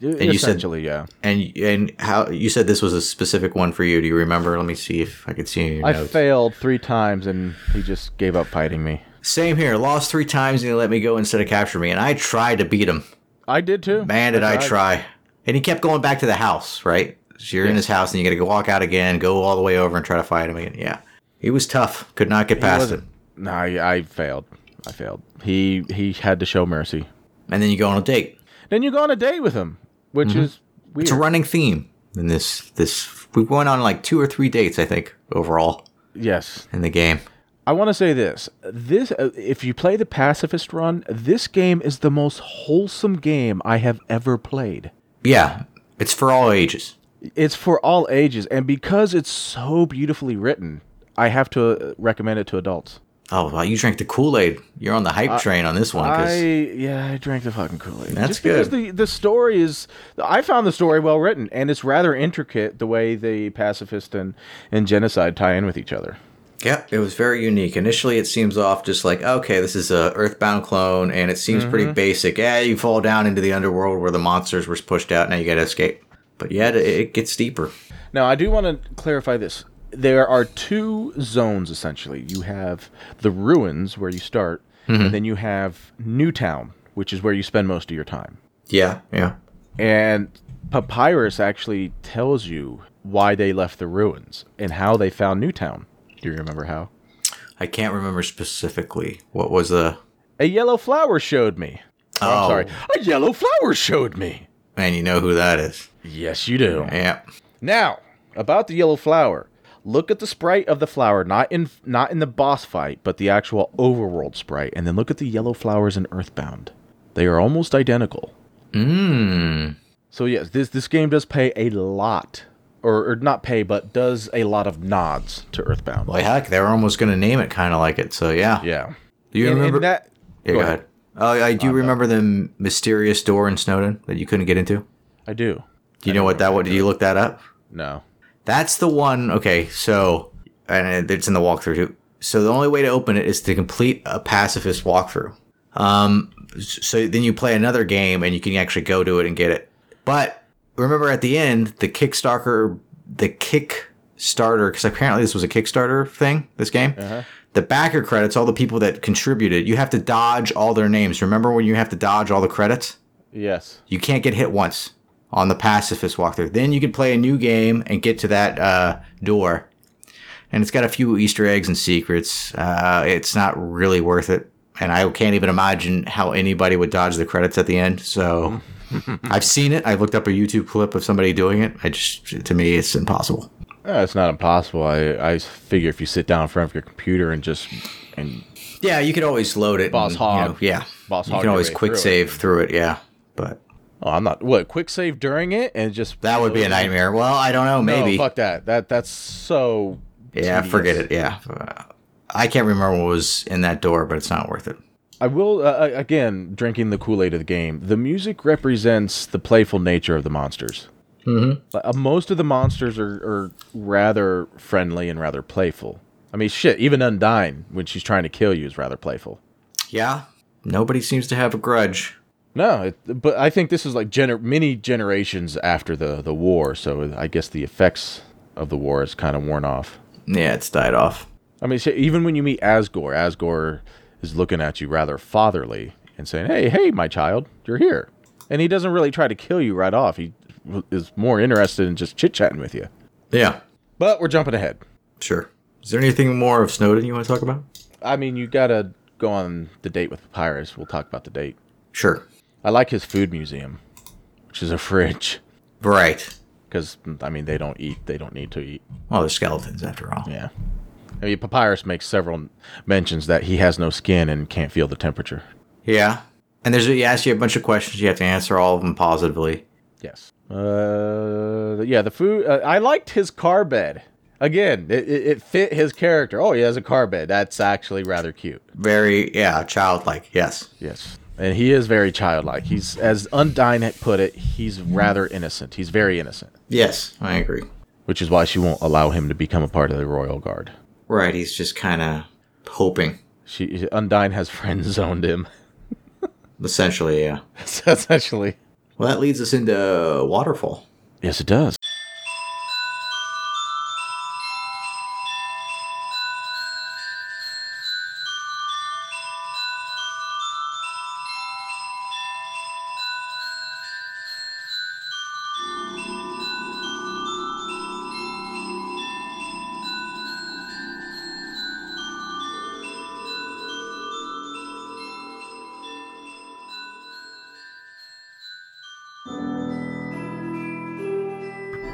B: you said-
A: essentially, yeah.
B: And and how you said this was a specific one for you? Do you remember? Let me see if I could see in your
A: I
B: notes.
A: failed three times, and he just gave up fighting me.
B: Same here. Lost three times and he let me go instead of capture me, and I tried to beat him.
A: I did too.
B: Man, did I
A: tried.
B: try! And he kept going back to the house. Right? So you're in his house, and you got to go walk out again, go all the way over, and try to fight him again. Yeah, he was tough. Could not get past
A: wasn't-
B: him.
A: No, I, I failed. I failed. He he had to show mercy.
B: And then you go on a date.
A: Then you go on a date with him, which is weird.
B: Mm-hmm. It's a running theme in this. This we went on like two or three dates, I think, overall
A: yes,
B: in the game.
A: I want to say this. This, uh, if you play the pacifist run, this game is the most wholesome game I have ever played.
B: Yeah, it's for all ages.
A: It's for all ages, and because it's so beautifully written, I have to uh, recommend it to adults.
B: Oh, well, you drank the Kool Aid. You're on the hype train on this one. 'cause-
A: I yeah, I drank the fucking Kool Aid.
B: That's
A: Just because
B: good.
A: the the story is, I found the story well written, and it's rather intricate the way the pacifist and and genocide tie in with each other.
B: Yeah, it was very unique. Initially, it seems off just like, okay, this is a Earthbound clone, and it seems
A: Mm-hmm.
B: pretty basic. Yeah, you fall down into the underworld where the monsters were pushed out. Now you got to escape. But yet, it, it gets deeper.
A: Now, I do want to clarify this. There are two zones essentially. You have the ruins where you start,
B: Mm-hmm.
A: and then you have Newtown, which is where you spend most of your time.
B: Yeah, yeah.
A: And Papyrus actually tells you why they left the ruins and how they found Newtown. Do you remember how?
B: I can't remember specifically what was the.
A: A yellow flower showed me. Oh, I'm
B: Oh.
A: sorry. A yellow flower showed me.
B: Man, you know who that is.
A: Yes, you do.
B: Yeah.
A: Now, about the yellow flower. Look at the sprite of the flower, not in not in the boss fight, but the actual overworld sprite, and then look at the yellow flowers in Earthbound. They are almost identical. Hmm.
B: Mmm.
A: So yes, this this game does pay a lot, or, or not pay, but does a lot of nods to Earthbound.
B: Well, heck, they were almost going to name it kind of like it. So yeah.
A: yeah,
B: Do you
A: And- and
B: remember?
A: that?
B: yeah,
A: go
B: go,
A: ahead.
B: ahead. Oh, I do remember the mysterious door in Snowden that you couldn't get into.
A: I do.
B: Do you know what that was? Did you look that up?
A: No.
B: That's the one. Okay, so and it's in the walkthrough too. So the only way to open it is to complete a pacifist walkthrough. Um, so then you play another game and you can actually go to it and get it. But remember at the end, the Kickstarter, the Kickstarter, because apparently this was a Kickstarter thing. This game, the backer credits, all the people that contributed, you have to dodge all their names. Remember when you have to dodge all the credits?
A: Yes.
B: You can't get hit once on the pacifist walkthrough. Then you can play a new game and get to that uh, door. And it's got a few Easter eggs and secrets. Uh, it's not really worth it. And I can't even imagine how anybody would dodge the credits at the end. So I've seen it. I looked up a YouTube clip of somebody doing it. I just, to me, it's impossible.
A: Eh, it's not impossible. I I figure if you sit down in front of your computer and just and
B: Yeah, you could always load it.
A: Boss
B: and,
A: hog.
B: You know, yeah.
A: Boss
B: you
A: hog
B: can
A: your
B: always
A: way
B: quick
A: through it.
B: save through it. Yeah. But
A: oh, I'm not what quick save during it and just
B: that would be a nightmare. Well, I don't know.
A: No,
B: Maybe.
A: fuck that. That that's so.
B: Yeah,
A: tedious.
B: forget it. Yeah. Uh, I can't remember what was in that door, but it's not worth it.
A: I will uh, uh, again drinking the Kool Aid of the game. The music represents the playful nature of the monsters.
B: Mm-hmm.
A: Like, uh, most of the monsters are, are rather friendly and rather playful. I mean, shit, even Undyne, when she's trying to kill you, is rather playful.
B: Yeah. Nobody seems to have a grudge.
A: No, it, but I think this is like gener- many generations after the, the war, so I guess the effects of the war is kind of worn off.
B: Yeah, it's died off.
A: I mean, shit, even when you meet Asgore, Asgore is looking at you rather fatherly and saying, "Hey, hey, my child, you're here," and he doesn't really try to kill you right off. He w- is more interested in just chit chatting with you.
B: Yeah,
A: But we're jumping ahead.
B: sure. Is there anything more of Snowden you want to talk about?
A: I mean, you gotta go on the date with Papyrus. We'll talk about the date.
B: Sure.
A: I like his food museum, which is a fridge,
B: Right.
A: because I mean they don't eat. They don't need to eat.
B: Well, they're skeletons after all.
A: Yeah. I mean, Papyrus makes several mentions that he has no skin and can't feel the temperature.
B: Yeah. And there's he asks you a bunch of questions. You have to answer all of them positively.
A: Yes. Uh, yeah, the food. Uh, I liked his car bed. Again, it, it, it fit his character. Oh, he has a car bed. That's actually rather cute.
B: Very, yeah, childlike. Yes.
A: Yes. And he is very childlike. He's, as Undyne had put it, he's rather innocent. He's very innocent,
B: Yes, I agree.
A: which is why she won't allow him to become a part of the royal guard.
B: Right. He's just kind of hoping,
A: She Undyne has friend zoned him.
B: essentially. Yeah.
A: so essentially.
B: Well, that leads us into Waterfall.
A: Yes, it does.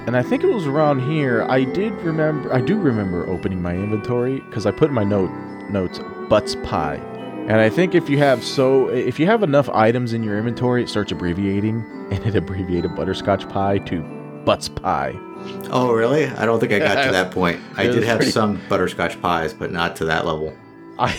A: And I think it was around here. I did remember. I do remember opening my inventory because I put in my note notes butts pie. And I think if you have so if you have enough items in your inventory, it starts abbreviating, and it abbreviated butterscotch pie to butts pie.
B: Oh, really? I don't think I got
A: Yeah.
B: to that point. I
A: It
B: did
A: was
B: have
A: pretty-
B: some butterscotch pies, but not to that level.
A: I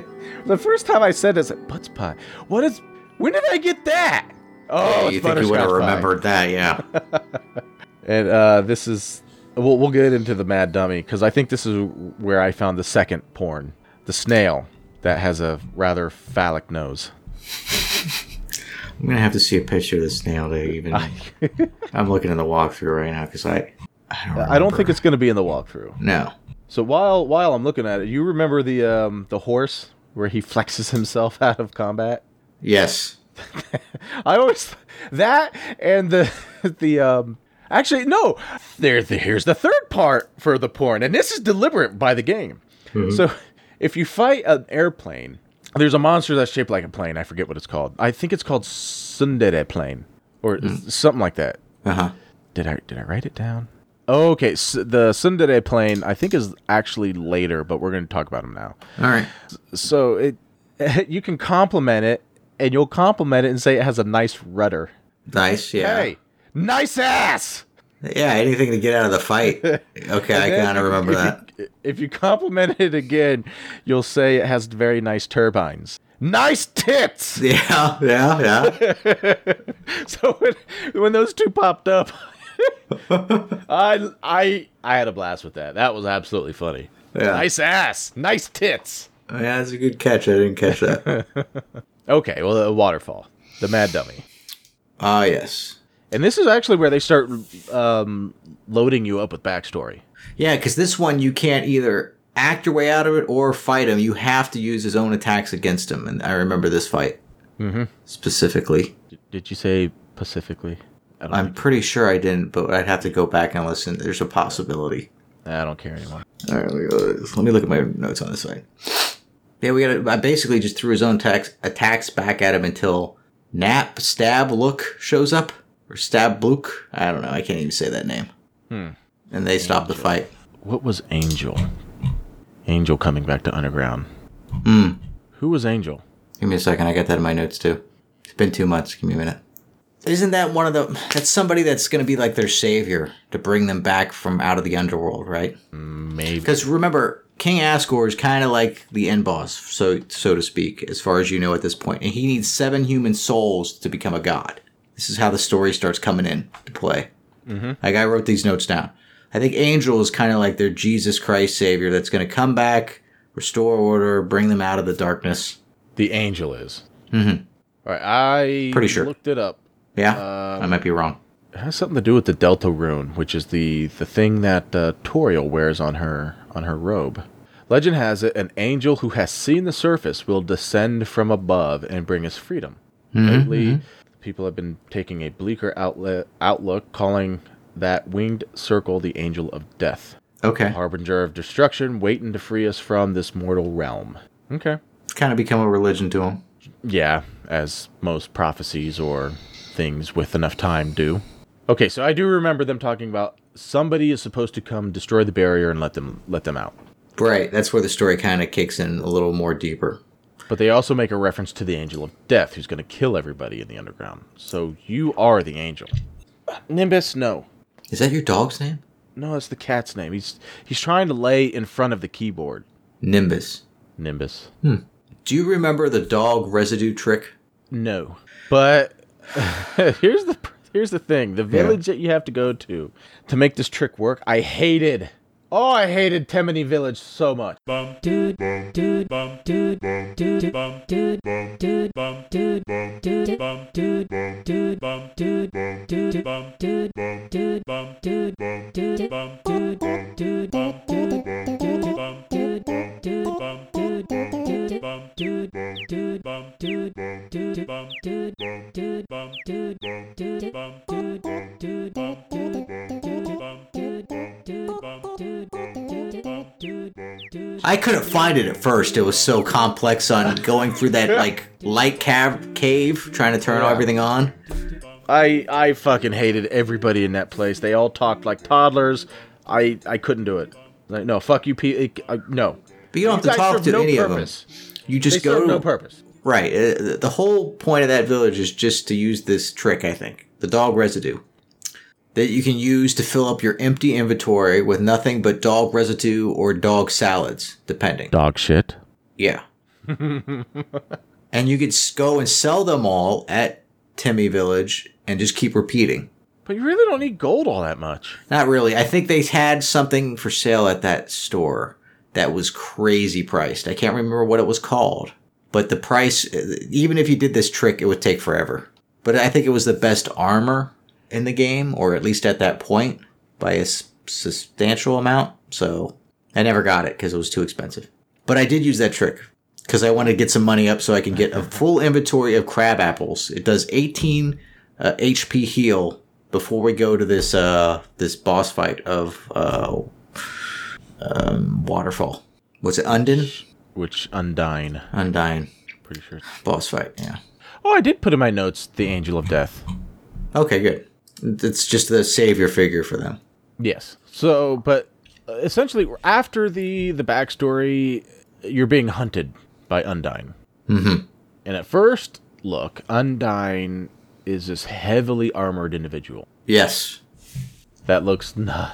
A: the first time I said this, like, butts pie. What is? When did I get that? Oh,
B: Hey,
A: it's
B: you think you would
A: butterscotch
B: have
A: pie.
B: remembered that? Yeah.
A: And uh, this is we'll we'll get into the Mad Dummy because I think this is where I found the second porn, the snail that has a rather phallic nose.
B: I'm gonna have to see a picture of the snail to even. I'm looking in the walkthrough right now because I, I don't.
A: I don't think
B: remember.
A: it's going to be in the walkthrough.
B: no.
A: So while while I'm looking at it, you remember the um, the horse where he flexes himself out of combat.
B: Yes.
A: I always that and the the um actually no there the, here's the third part for the porn and this is deliberate by the game. So If you fight an airplane, there's a monster that's shaped like a plane. I forget what it's called. I think it's called Sundere plane or something like that.
B: Uh huh.
A: Did I did I write it down? Oh, okay, S the Sundere plane I think is actually later, but we're going to talk about them now.
B: All right.
A: So it you can compliment it and you'll compliment it and say it has a nice rudder.
B: Nice. Yeah.
A: Hey, nice ass.
B: Yeah. Anything to get out of the fight. Okay, I
A: Then
B: kind of remember
A: if
B: that.
A: You, if you compliment it again, you'll say it has very nice turbines. Nice tits.
B: Yeah, yeah, yeah.
A: so when, when those two popped up, I I I had a blast with that. That was absolutely funny.
B: Yeah.
A: Nice ass, nice tits.
B: yeah, that's a good catch. I didn't catch that.
A: Okay, well, the waterfall, the mad dummy,
B: Ah, yes.
A: and this is actually where they start um, loading you up with backstory.
B: Yeah, because this one you can't either act your way out of it or fight him. You have to use his own attacks against him. And I remember this fight specifically.
A: D- did you say specifically? I don't,
B: I'm pretty sure I didn't, but I'd have to go back and listen. There's a possibility.
A: I don't care anymore.
B: All right, let me, let me look at my notes on this side. Yeah, we got. I basically just threw his own tax, attacks back at him until Nap Stab Look shows up or Stab Blook. I don't know. I can't even say that name. Hmm. And they stop the fight.
A: What was Angel? Angel coming back to Underground.
B: Hmm.
A: Who was Angel?
B: Give me a second. I got that in my notes too. It's been two months. Give me a minute. Isn't that one of the? That's somebody that's going to be like their savior to bring them back from out of the underworld, right?
A: Maybe.
B: Because remember, King Asgore is kind of like the end boss, so so to speak, as far as you know at this point, and he needs seven human souls to become a god. This is how the story starts coming in to play. Mm-hmm. Like I wrote these notes down. I think Angel is kind of like their Jesus Christ savior that's going to come back, restore order, bring them out of the darkness.
A: The angel is. Mm-hmm. All right, I
B: Pretty sure.
A: looked it up.
B: Yeah,
A: Um,
B: I might be wrong.
A: It has something to do with the Delta rune, which is the the thing that uh, Toriel wears on her on her robe. Legend has it an angel who has seen the surface will descend from above and bring us freedom.
B: Mm-hmm,
A: Lately, people have been taking a bleaker outlet, outlook, calling that winged circle the angel of death,
B: Okay,
A: harbinger of destruction, waiting to free us from this mortal realm. Okay.
B: it's kind of become a religion to him.
A: Yeah, as most prophecies or things with enough time do. Okay, so I do remember them talking about somebody is supposed to come destroy the barrier and let them let them out.
B: Right, that's where the story kind of kicks in a little more deeper.
A: But they also make a reference to the angel of death who's going to kill everybody in the underground. So you are the angel. Nimbus, no.
B: Is that your dog's name?
A: No, that's the cat's name. He's he's trying to lay in front of the keyboard.
B: Nimbus.
A: Nimbus.
B: Do you remember the dog residue trick?
A: No. But here's the here's the thing: the village that you have to go to to make this trick work. I hated. Oh, I hated Temini Village so much.
B: I couldn't find it at first. It was so complex on going through that like light cave, cave trying to turn everything on.
A: I I fucking hated everybody in that place. They all talked like toddlers. I I couldn't do it. Like, no, fuck you, P. I, no.
B: But you don't
A: You
B: have to
A: guys
B: talk
A: serve
B: to
A: no
B: any
A: purpose.
B: of them. You
A: They
B: just go
A: serve
B: to
A: no purpose.
B: right. uh, th- The whole point of that village is just to use this trick. I think the dog residue that you can use to fill up your empty inventory with nothing but dog residue or dog salads, depending.
A: Dog shit.
B: Yeah. and you could s- go and sell them all at Timmy Village and just keep repeating.
A: But you really don't need gold all that much.
B: Not really. I think they had something for sale at that store that was crazy priced. I can't remember what it was called, but the price, uh, even if you did this trick, it would take forever. But I think it was the best armor in the game, or at least at that point, by a s- substantial amount. So I never got it because it was too expensive. But I did use that trick because I wanted to get some money up so I can get a full inventory of crab apples. It does 18 uh, HP heal before we go to this uh, this boss fight of uh, um, waterfall. Was it Undin?
A: which Undyne.
B: Undying
A: Pretty sure.
B: boss fight. Yeah.
A: Oh, I did put in my notes the Angel of Death.
B: Okay, good. It's just the savior figure for them.
A: Yes. So, but uh, essentially, after the the backstory, you're being hunted by Undyne.
B: Mm-hmm.
A: And at first look, Undyne is this heavily armored individual
B: Yes.
A: that looks. Nah,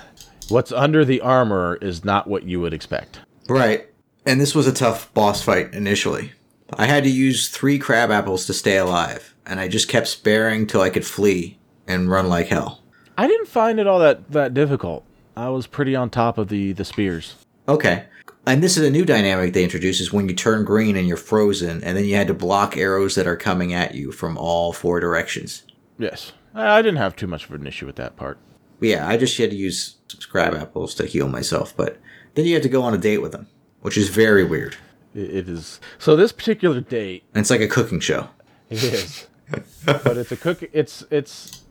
A: what's under the armor is not what you would expect.
B: Right. And this was a tough boss fight initially. I had to use three crab apples to stay alive, and I just kept sparing till I could flee and run like hell.
A: I didn't find it all that that difficult. I was pretty on top of the the spears.
B: Okay. And this is a new dynamic they introduce is when you turn green and you're frozen, and then you had to block arrows that are coming at you from all four directions.
A: Yes, I I didn't have too much of an issue with that part.
B: yeah, I just had to use some crab apples to heal myself, but then you had to go on a date with them, which is very weird.
A: It- it is so. This particular date
B: And it's like a cooking show.
A: It is. but it's a cook. It's it's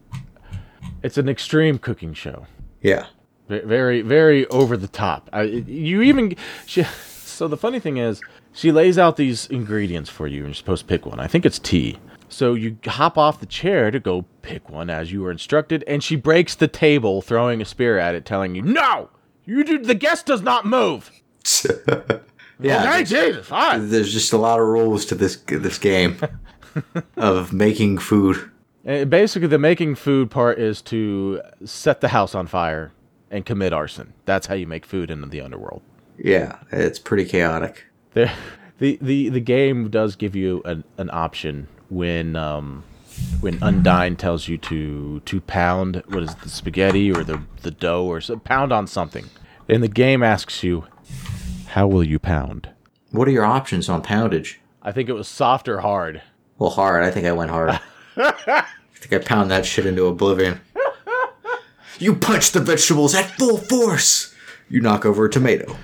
A: it's an extreme cooking show.
B: Yeah.
A: Ve- Very very over the top. I, it- you even she. So the funny thing is, she lays out these ingredients for you, and you're supposed to pick one. I think it's tea. So you hop off the chair to go pick one as you were instructed, and she breaks the table, throwing a spear at it, telling you, "No, you do. The guest does not move."
B: Yeah.
A: okay, Jesus, all right.
B: There's just a lot of rules to this this game of making food.
A: Uh, Basically, the making food part is to set the house on fire and commit arson. That's how you make food in the underworld.
B: Yeah, it's pretty chaotic.
A: There, the, the the game does give you an, an option when um, when Undyne tells you to to pound what is it, the spaghetti or the the dough or so, pound on something, and the game asks you, how will you pound?
B: What are your options on poundage?
A: I think it was soft or hard.
B: Well, hard. I think I went hard. I think I pound that shit into oblivion. You punch the vegetables at full force. You knock over a tomato.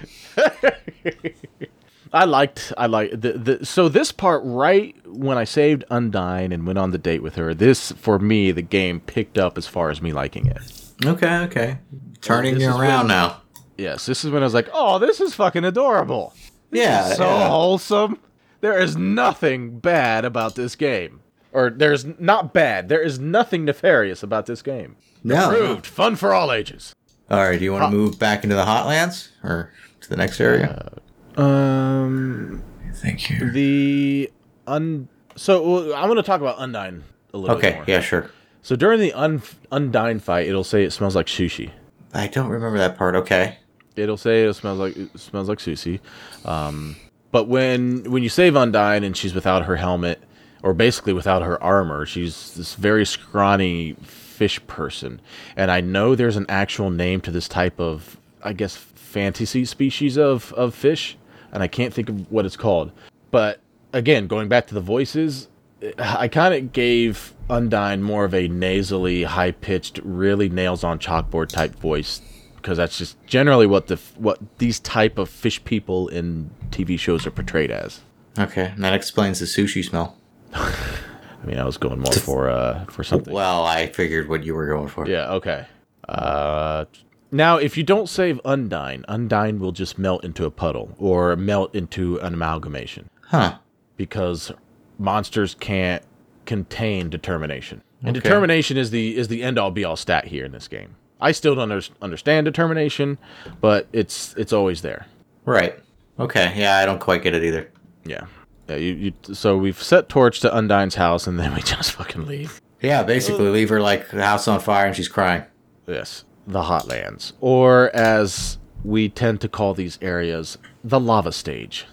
A: I liked I like the, the so this part right when I saved Undyne and went on the date with her. This for me the game picked up as far as me liking it.
B: Okay, okay. Turning
A: This
B: you
A: is
B: around
A: when-
B: now.
A: Yes, this is when I was like, "Oh, this is fucking adorable.
B: Yeah.
A: So
B: yeah.
A: wholesome. There is nothing bad about this game." Or there's not bad. There is nothing nefarious about this game.
B: No. no.
A: Proved fun for all ages.
B: All right. Do you want to move back into the hotlands or to the next area?
A: Um,
B: Thank you.
A: the un. So well, I want to talk about Undyne a little bit
B: Okay.
A: more.
B: Yeah. Sure.
A: So during the un- Undyne fight, it'll say it smells like sushi.
B: I don't remember that part. Okay.
A: It'll say it smells like it smells like sushi. Um, but when when you save Undyne and she's without her helmet, or basically without her armor, she's this very scrawny fish person. And I know there's an actual name to this type of, I guess, fantasy species of of fish, and I can't think of what it's called. But again, going back to the voices, I kind of gave Undyne more of a nasally, high pitched, really nails on chalkboard type voice because that's just generally what the what these type of fish people in TV shows are portrayed as.
B: Okay. And that explains the sushi smell.
A: I mean, I was going more for uh for something.
B: Well, I figured what you were going for.
A: Yeah. Okay. Uh, now if you don't save Undyne, Undyne will just melt into a puddle or melt into an amalgamation
B: Huh.
A: because monsters can't contain determination. And
B: Okay.
A: determination is the is the end all be all stat here in this game. I still don't under- understand determination, but it's it's always there.
B: Right. Okay. Yeah, I don't quite get it either.
A: Yeah. Yeah, you, you, so we've set torch to Undyne's house, and then we just fucking leave.
B: Yeah, basically leave her like the house on fire and she's crying.
A: Yes, the Hotlands, or as we tend to call these areas, the lava stage.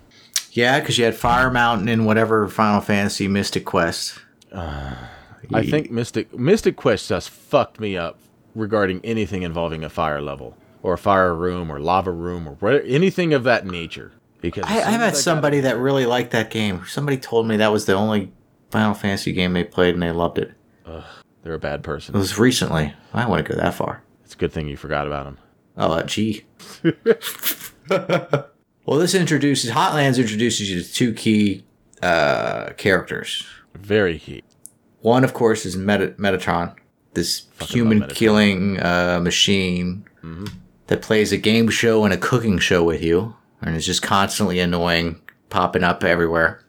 B: Yeah, because you had Fire Mountain in whatever Final Fantasy Mystic Quest.
A: I think Mystic Mystic Quest just fucked me up regarding anything involving a fire level or a fire room or lava room or whatever, anything of that nature. Because
B: I,
A: as
B: I
A: soon
B: met
A: as got-
B: somebody that really liked that game. Somebody told me that was the only Final Fantasy game they played and they loved it.
A: they're a bad
B: It
A: person.
B: was recently. I wouldn't go that far.
A: It's a good thing you forgot about him.
B: Oh, uh, gee. well, this introduces Hotlands introduces you to two key uh, characters.
A: Very heat.
B: One, of course, is Meta- Metatron, this human
A: love Metatron.
B: killing uh, machine that plays a game show and a cooking show with you, and is just constantly annoying popping up everywhere.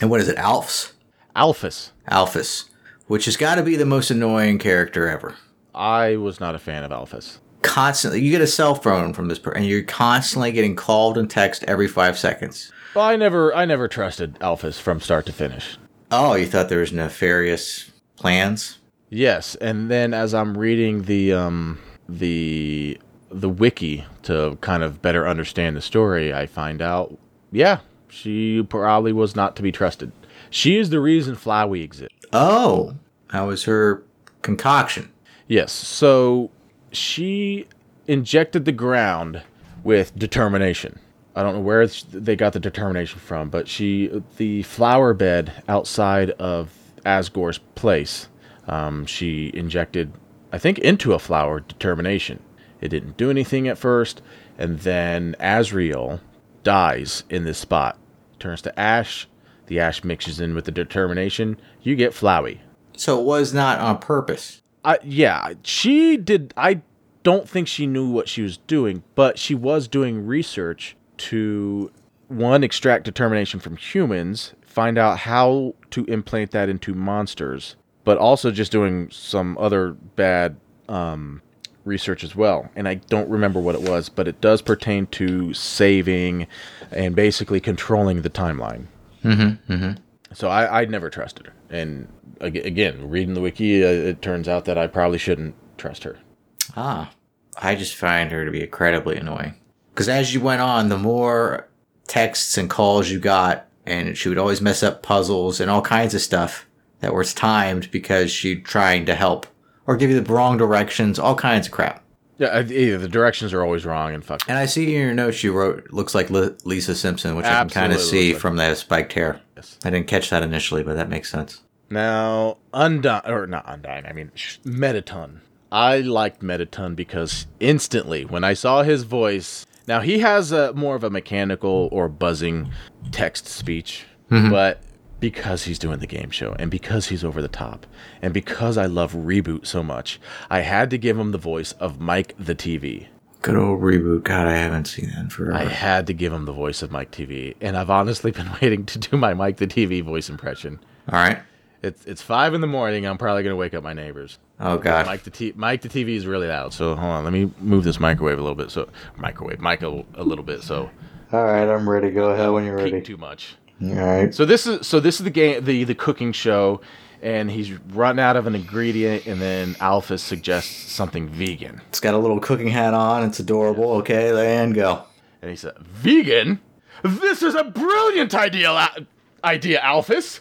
B: And what is it? Alphs?
A: Alphys.
B: Alphys, which has got to be the most annoying character ever.
A: I was not a fan of Alphys.
B: Constantly, you get a cell phone from this person, and you're constantly getting called and text every five seconds.
A: Well, I never, I never trusted Alphys from start to finish.
B: Oh, you thought there was nefarious plans?
A: Yes, and then as I'm reading the um the the wiki to kind of better understand the story, I find out, yeah, she probably was not to be trusted. She is the reason Flywee exists.
B: Oh, how was her concoction?
A: Yes, so she injected the ground with determination. I don't know where it's- they got the determination from, but she the flower bed outside of Asgore's place. Um, she injected, I think, into a flower determination. It didn't do anything at first, and then Asriel dies in this spot, turns to ash. The ash mixes in with the determination. You get Flowey.
B: So it was not on purpose.
A: I yeah, she did. I don't think she knew what she was doing, but she was doing research to one extract determination from humans, find out how to implant that into monsters, but also just doing some other bad um, research as well. And I don't remember what it was, but it does pertain to saving and basically controlling the timeline.
B: Mm-hmm. Mm-hmm.
A: So I, I never trusted her. And ag- again, reading the wiki, uh, it turns out that I probably shouldn't trust her.
B: Ah, I just find her to be incredibly annoying. Because as you went on, the more texts and calls you got, and she would always mess up puzzles and all kinds of stuff that was timed because she trying to help or give you the wrong directions, all kinds of crap.
A: Yeah, I- either the directions are always wrong and fuck.
B: And I see in your notes you wrote looks like Li- Lisa Simpson, which I can kind of
A: Absolutely
B: see
A: looks like-
B: from that spiked hair.
A: Yes.
B: I didn't catch that initially, but that makes sense.
A: Now, Undyne, or not Undyne, I mean, sh- Metaton. I liked Metaton because instantly when I saw his voice, now he has a more of a mechanical or buzzing text speech, but because he's doing the game show and because he's over the top and because I love Reboot so much, I had to give him the voice of Mike the TV.
B: Good old reboot. God, I haven't seen that in forever.
A: I had to give him the voice of Mike TV, and I've honestly been waiting to do my Mike the TV voice impression.
B: all right.
A: It's it's five in the morning. I'm probably gonna wake up my neighbors.
B: Oh God.
A: Mike the T- Mike the TV is really loud. So hold on, let me move this microwave a little bit. So microwave Mike a, a little bit. So
B: all right, I'm ready. Go ahead when you're
A: peak too much.
B: All right.
A: So this is so this is the game the the cooking show, and he's run out of an ingredient, and then Alpha suggests something vegan,
B: It's got a little cooking hat on. It's adorable. Okay, and go.
A: and he said vegan. This is a brilliant idea, Al- idea, Alphys.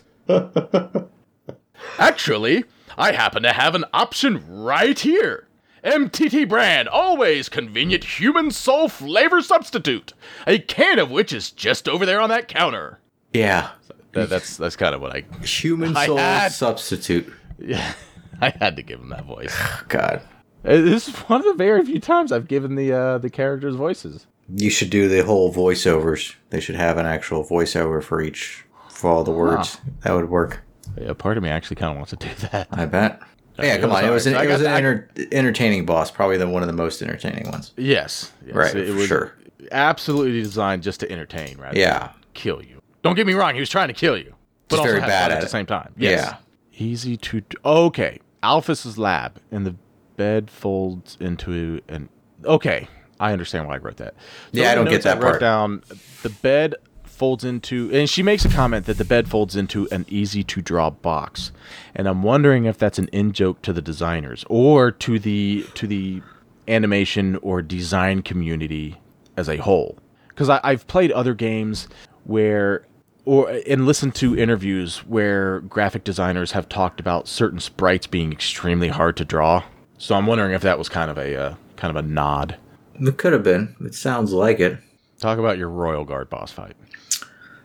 A: Actually, I happen to have an option right here. MTT brand, always convenient human soul flavor substitute. A can of which is just over there on that counter.
B: Yeah.
A: that's that's kind of what I
B: Human
A: I
B: soul
A: had-
B: substitute.
A: yeah, I had to give him that voice.
B: God.
A: Uh, This is one of the very few times I've given the uh, the characters voices.
B: You should do the whole voiceovers. They should have an actual voiceover for each, for all the words. That would work.
A: Yeah, part of me actually kind of wants to do that.
B: I bet. yeah, come on. It was an,
A: So I
B: it was an
A: got- I-
B: enter- entertaining boss. Probably the, one of the most entertaining ones.
A: Yes, yes,
B: Right,
A: It
B: for
A: was
B: sure.
A: absolutely designed just to entertain, rather than
B: Yeah.
A: kill you. Don't get me wrong; he was trying to kill you, but
B: Just
A: also
B: very
A: have
B: bad
A: fun at,
B: at
A: the
B: it.
A: same time. Yes.
B: Yeah.
A: Easy to do. Okay. Alphys's lab and the bed folds into an. Okay, I understand why I wrote that. So
B: Yeah, I
A: in
B: don't
A: the
B: get
A: notes
B: that
A: I wrote
B: part.
A: down Um, the bed folds into, and she makes a comment that the bed folds into an easy to draw box, and I'm wondering if that's an in joke to the designers or to the to the animation or design community as a whole. Because I've played other games where or and listen to interviews where graphic designers have talked about certain sprites being extremely hard to draw. So I'm wondering if that was kind of a uh, kind of a nod.
B: It could have been. It sounds like it.
A: Talk about your royal guard boss fight.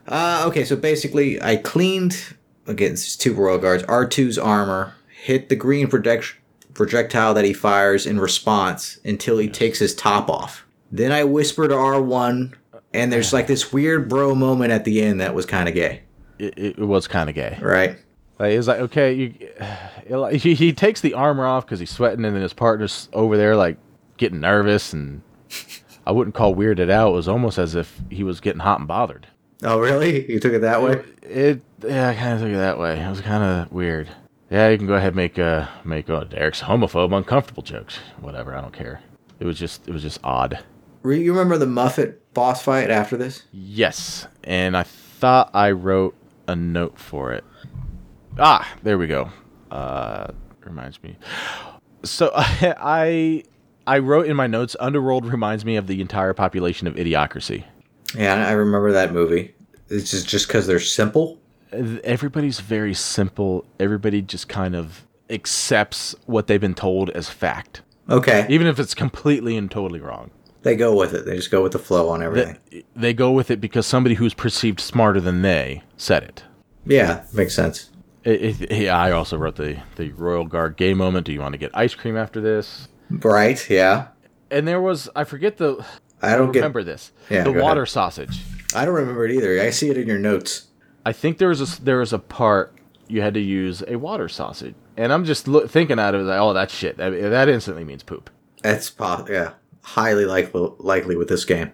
B: Uh, okay, so basically, I cleaned again. It's two royal guards. R 2s armor hit the green project- projectile that he fires in response until he takes his top off. Then I whisper to R one, and there's like this weird bro moment at the end that was kind of gay,
A: It, it, it was kind of gay.
B: right?
A: Like, it was like okay, you, it like- he, he takes the armor off because he's sweating, and then his partner's over there like getting nervous, and I wouldn't call weirded out. It was almost as if he was getting hot and bothered.
B: Oh, really? You took it that way?
A: It yeah, I kind of took it that way. It was kind of weird. Yeah, you can go ahead and make uh make oh Derek's homophobe uncomfortable jokes. Whatever, I don't care. It was just it was just odd.
B: Re- You remember the Muffet boss fight after this?
A: Yes, and I thought I wrote a note for it. Ah, there we go. Uh, reminds me. So I I wrote in my notes. Underworld reminds me of the entire population of Idiocracy.
B: Yeah, I remember that movie. It's just just because they're simple.
A: everybody's very simple. Everybody just kind of accepts what they've been told as fact,
B: Okay,
A: even if it's completely and totally wrong.
B: they go with it. They just go with the flow on everything.
A: They, they go with it because somebody who's perceived smarter than they said it.
B: yeah, makes sense.
A: It, it, yeah, I also wrote the the Royal Guard gay moment. Do you want to get ice cream after this?
B: Right? Yeah.
A: And there was I forget the
B: I don't get.
A: remember this
B: Yeah,
A: the
B: go ahead.
A: water sausage.
B: I don't remember it either. I see it in your notes.
A: I think there was a s- there was a part you had to use a water sausage, and I'm just loo- thinking out of it like, oh that shit that, that instantly means poop.
B: That's po- yeah, highly likely likely with this game.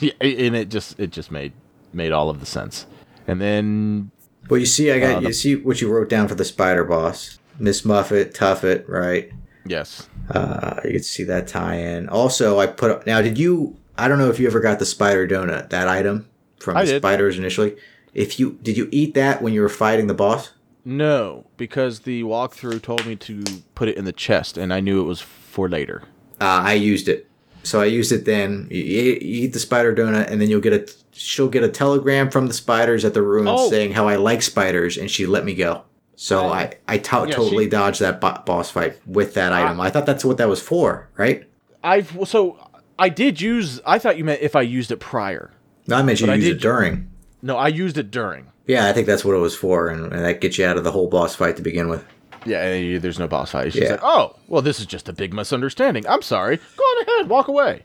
A: Yeah, and it just it just made made all of the sense. And then
B: Well, you see, I got
A: Uh, the-
B: you see what you wrote down for the spider boss, Miss Muffet, Tuffet, right?
A: yes,
B: Uh, you can see that tie-in. Also, I put up now. Did you? I don't know if you ever got the spider donut that item from
A: I
B: the
A: did.
B: spiders initially. If you did, you eat that when you were fighting the boss.
A: no, because the walkthrough told me to put it in the chest, and I knew it was for later.
B: Uh, I used it. So I used it then. You, you you eat the spider donut, and then you'll get a. She'll get a telegram from the spiders at the ruins
A: Oh.
B: saying how I like spiders, and she let me go. So
A: Oh.
B: I I to-
A: Yeah,
B: totally
A: she-
B: dodged that bo- boss fight with that item. I thought that's what that was for, right?
A: I've well, so I did use. I thought you meant if I used it prior.
B: No, I meant you
A: But I
B: used
A: did-
B: it during.
A: No, I used it during.
B: Yeah, I think that's what it was for, and, and that gets you out of the whole boss fight to begin with.
A: Yeah, and you- there's no boss fight. She's
B: Yeah.
A: like, oh, well, this is just a big misunderstanding. I'm sorry. Go on ahead, walk away.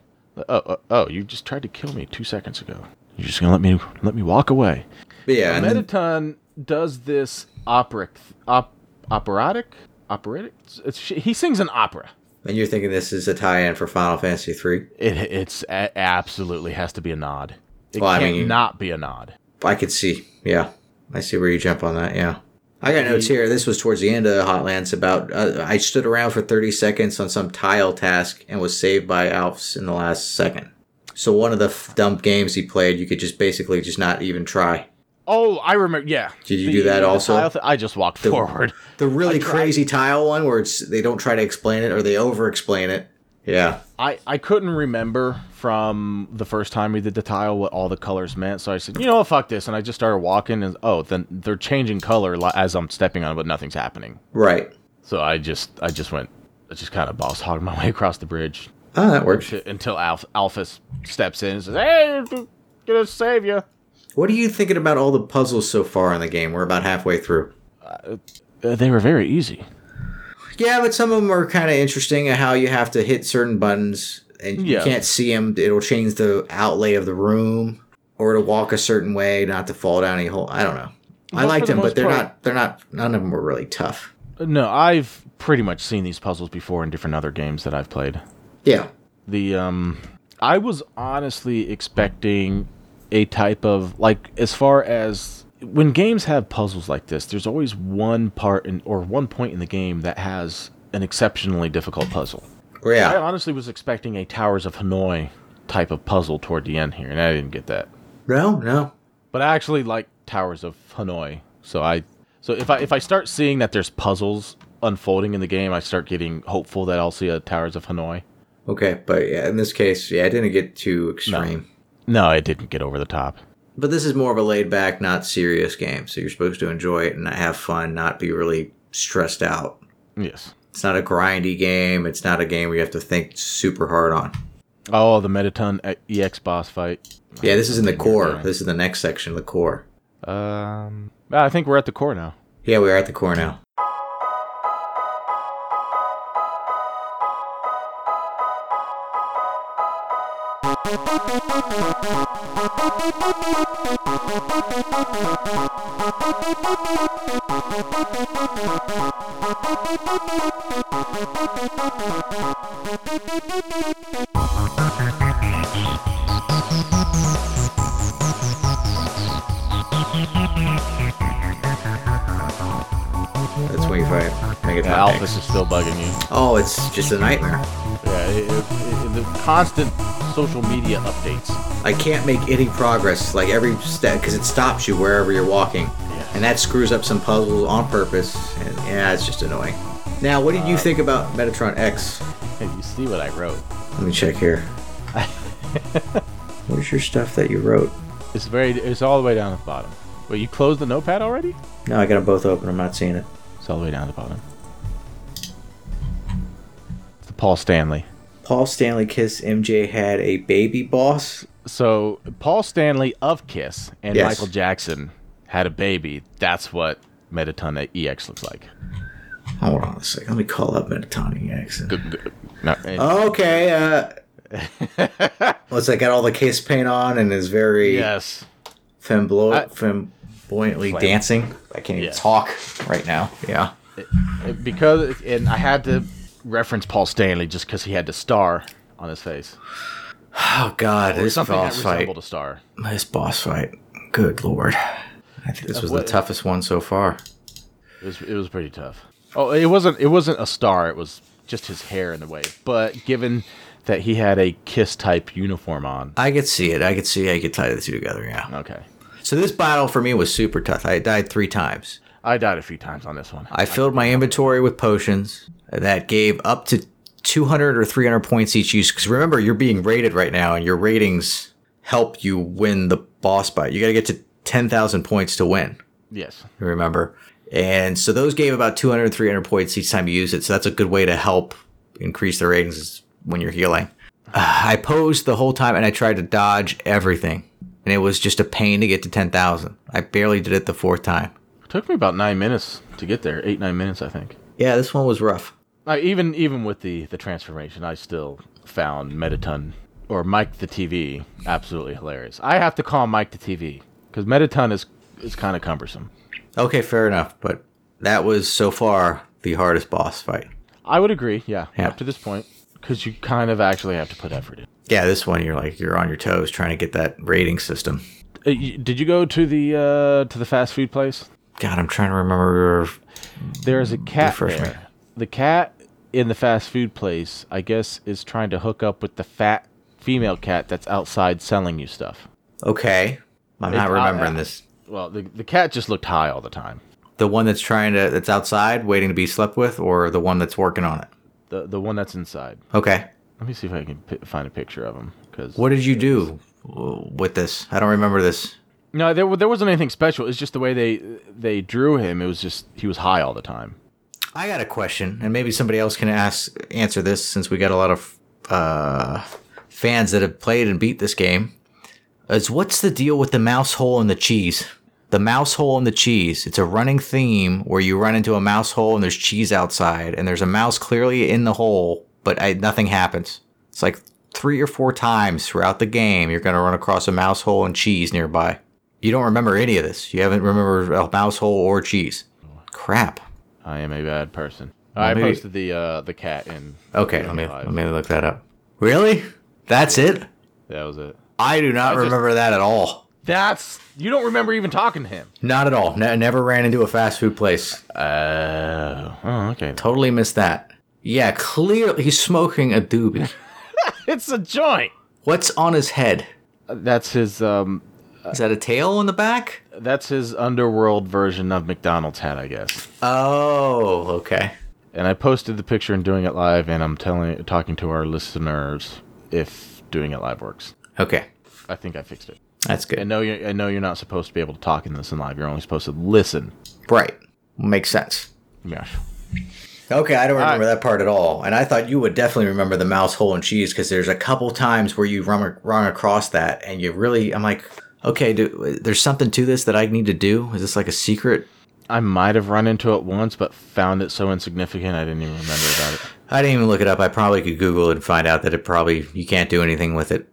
A: Oh, oh, oh, you just tried to kill me two seconds ago. You're just gonna let me let me walk away.
B: But yeah, and then,
A: Metaton does this operic, op, operatic, operatic. It's, he sings an opera.
B: and you're thinking this is a tie-in for Final Fantasy three.
A: It it's a, absolutely has to be a nod. It
B: Well, I
A: can't
B: mean-
A: not be a nod.
B: I could see. Yeah, I see where you jump on that. Yeah, I got notes here. This was towards the end of Hotlands. About uh, I stood around for thirty seconds on some tile task and was saved by Alfs in the last second. So one of the f- dumb games he played, you could just basically just not even try.
A: Oh, I remember. Yeah.
B: Did you do that also?
A: tile thi- I just walked forward.
B: The really crazy tile one where it's they don't try to explain it or they over explain it. Yeah.
A: I, I couldn't remember from the first time we did the tile what all the colors meant, so I said, you know what, fuck this, and I just started walking, and oh, then they're changing color li- as I'm stepping on, it, but nothing's happening.
B: Right.
A: So I just I just went, I just kind of boss hogged my way across the bridge,
B: Oh, that works.
A: to- until Alf- Alphys steps in and says, "Hey, I'm gonna save you."
B: What are you thinking about all the puzzles so far in the game? We're about halfway through.
A: Uh, they were very easy.
B: Yeah, but some of them are kind of interesting at how you have to hit certain buttons and
A: Yeah.
B: you can't see them. It'll change the outlay of the room or to walk a certain way, not to fall down any hole. I don't know. I
A: Well,
B: liked
A: for the
B: them, but
A: most
B: they're
A: part-
B: not. They're not. None of them were really tough.
A: Uh, No, I've pretty much seen these puzzles before in different other games that I've played.
B: Yeah.
A: The um, I was honestly expecting a type of like as far as when games have puzzles like this, there's always one part in or one point in the game that has an exceptionally difficult puzzle.
B: Well,
A: I
B: Yeah.
A: honestly was expecting a Towers of Hanoi type of puzzle toward the end here, and I didn't get that.
B: No. No.
A: But I actually like Towers of Hanoi. So I so if I if I start seeing that there's puzzles unfolding in the game, I start getting hopeful that I'll see a Towers of Hanoi.
B: Okay, but yeah, in this case, yeah, I didn't get too extreme.
A: No, it didn't get over the top.
B: But this is more of a laid back, not serious game, so you're supposed to enjoy it and have fun, not be really stressed out.
A: Yes.
B: It's not a grindy game. It's not a game where you have to think super hard on.
A: Oh, the Metaton e- EX boss fight.
B: Yeah, this is in the core.
A: Yeah.
B: This is the next section, the core.
A: Um, I think we're at the core now.
B: Yeah, we are at the core now. get
A: Yeah,
B: my
A: Alphys
B: picks.
A: is still bugging you.
B: Oh, it's just a nightmare.
A: Yeah, it, it, it, the constant social media updates.
B: I can't make any progress, like every step, because it stops you wherever you're walking, and that screws up some puzzles on purpose. And yeah, it's just annoying. Now, what did you think about Metatron X?
A: You see what I wrote.
B: Let me check here. Where's your stuff that you wrote?
A: It's very. It's all the way down at the bottom. Wait, you closed the notepad already?
B: No, I got them both open. I'm not seeing it.
A: It's all the way down at the bottom. It's the Paul Stanley.
B: Paul Stanley Kiss MJ had a baby boss.
A: So Paul Stanley of Kiss and
B: Yes.
A: Michael Jackson had a baby. That's what Metatron EX looks like.
B: Hold on a second. Let me call up Metatron X.
A: G- g- No, eh,
B: Okay. Uh, looks like got all the kiss paint on and is very
A: yes.
B: femblo-
A: I-
B: flamboyantly
A: Flam-
B: dancing. I can't even
A: Yes.
B: talk right now. Yeah.
A: Because and I had to reference Paul Stanley just because he had the star on his face.
B: Oh God, this
A: Something that
B: boss fight.
A: resembled a star.
B: This boss fight. Good lord. I think this was the
A: what-
B: toughest one so far.
A: It was it was pretty tough. Oh, it wasn't it wasn't a star. It was just his hair in the way. But given that he had a kiss type uniform on,
B: I could see it. I could see. I could tie the two together. Yeah.
A: okay,
B: So this battle for me was super tough. I died three times.
A: I died a few times on this one.
B: I filled my inventory with potions that gave up to 200 or 300 points each use. Because remember, you're being rated right now, and your ratings help you win the boss fight. You got to get to 10,000 points to win.
A: yes,
B: remember. And so those gave about 200, 300 points each time you use it. So that's a good way to help increase the ratings is when you're healing. Uh, I posed the whole time and I tried to dodge everything. And it was just a pain to get to 10,000. I barely did it the fourth time.
A: took me about nine minutes to get there. Eight nine minutes, I think.
B: Yeah, this one was rough.
A: I, even even with the the transformation, I still found Metaton or Mike the TV absolutely hilarious. I have to call Mike the TV because Metaton is is kind of cumbersome.
B: Okay, fair enough. But that was so far the hardest boss fight.
A: I would agree. Yeah,
B: Yeah.
A: up to this point, because you kind of actually have to put effort in.
B: Yeah, this one you're like, you're on your toes trying to get that rating system.
A: Uh, y- Did you go to the uh, to the fast food place?
B: God, I'm trying to remember.
A: There is a cat
B: Refresh me.
A: there. The cat in the fast food place, I guess, is trying to hook up with the fat female cat that's outside selling you stuff.
B: Okay. I'm
A: It's-
B: not remembering
A: I-
B: this.
A: Well, the the cat just looked high all the time.
B: The one that's trying to that's outside waiting to be slept with, or the one that's working on it.
A: The the one that's inside.
B: Okay.
A: Let me see if I can pi find a picture of him. Cause
B: What did you do uh, with this? I don't remember this.
A: no, there wa- there wasn't anything special. It's just the way they they drew him. It was just he was high all the time.
B: I got a question, and maybe somebody else can ask answer this since we got a lot of uh, fans that have played and beat this game. Is what's the deal with the mouse hole and the cheese? The mouse hole and the cheese. It's a running theme where you run into a mouse hole and there's cheese outside, and there's a mouse clearly in the hole, but I, nothing happens. It's like three or four times throughout the game you're gonna run across a mouse hole and cheese nearby. You don't remember any of this. You haven't remembered a mouse hole or cheese. Crap.
A: I am a bad person. I
B: maybe-
A: posted the uh, the cat in.
B: Okay, let me
A: Live.
B: let me look that up. Really? That's it?
A: That was it.
B: I do not
A: just-
B: remember that at all.
A: That's you don't remember even talking to him.
B: Not at all. Ne- never ran into a fast food place.
A: Uh, oh, okay.
B: Totally missed that. Yeah, clearly he's smoking a doobie.
A: It's a joint.
B: What's on his head?
A: That's his um,
B: Is that a tail in the back?
A: that's his underworld version of McDonald's hat, I guess.
B: Oh, okay.
A: And I posted the picture and doing it live, and I'm telling talking to our listeners if doing it live works.
B: Okay.
A: I think I fixed it.
B: That's
A: I
B: good.
A: know you. I know you're not supposed to be able to talk in this in live. You're only supposed to listen.
B: Right. Makes sense.
A: Yeah.
B: Okay, I don't remember
A: right.
B: that part at all. And I thought you would definitely remember the mouse hole and cheese because there's a couple times where you run, run across that and you really, I'm like, okay, do, there's something to this that I need to do. Is this like a secret?
A: I might have run into it once, but found it so insignificant I didn't even remember about it.
B: I didn't even look it up. I probably could Google it and find out that it probably, you can't do anything with it.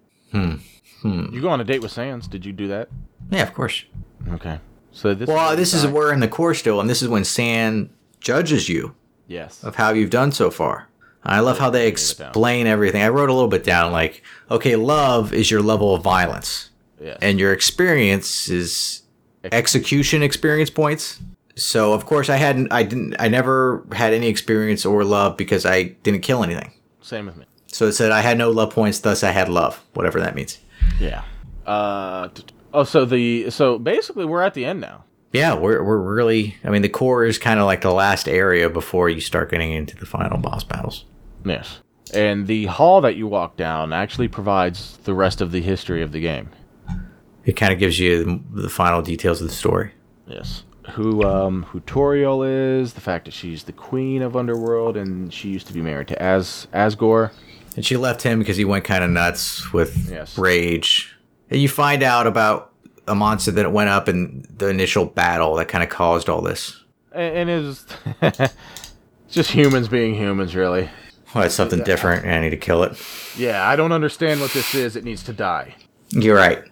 A: You go on a date with Sans? Did you do that?
B: Yeah, of course.
A: Okay. So this.
B: Well, uh, this is, we're in the course still, and this is when San judges you
A: yes.
B: of how you've done so far. I love how they explain everything. I wrote a little bit down like, okay, love is your level of violence.
A: Yes.
B: and your experience is execution experience points. So of course I hadn't I didn't I never had any experience or love because I didn't kill anything.
A: Same with me.
B: So it said I had no love points, thus I had love, whatever that means.
A: Yeah. Uh, t- t- oh, so the so basically we're at the end now.
B: Yeah, we're we're really I mean the core is kind of like the last area before you start getting into the final boss battles.
A: Yes. And the hall that you walk down actually provides the rest of the history of the game.
B: It kind of gives you the final details of the story.
A: Yes. Who um who Toriel is, the fact that she's the queen of underworld and she used to be married to As Asgore.
B: And she left him because he went kind of nuts with
A: Yes.
B: rage. And you find out about a monster that went up in the initial battle that kind of caused all this.
A: A- And is just humans being humans really.
B: Well, it's something different, and I need to kill it.
A: Yeah, I don't understand what this is. It needs to die.
B: You're right.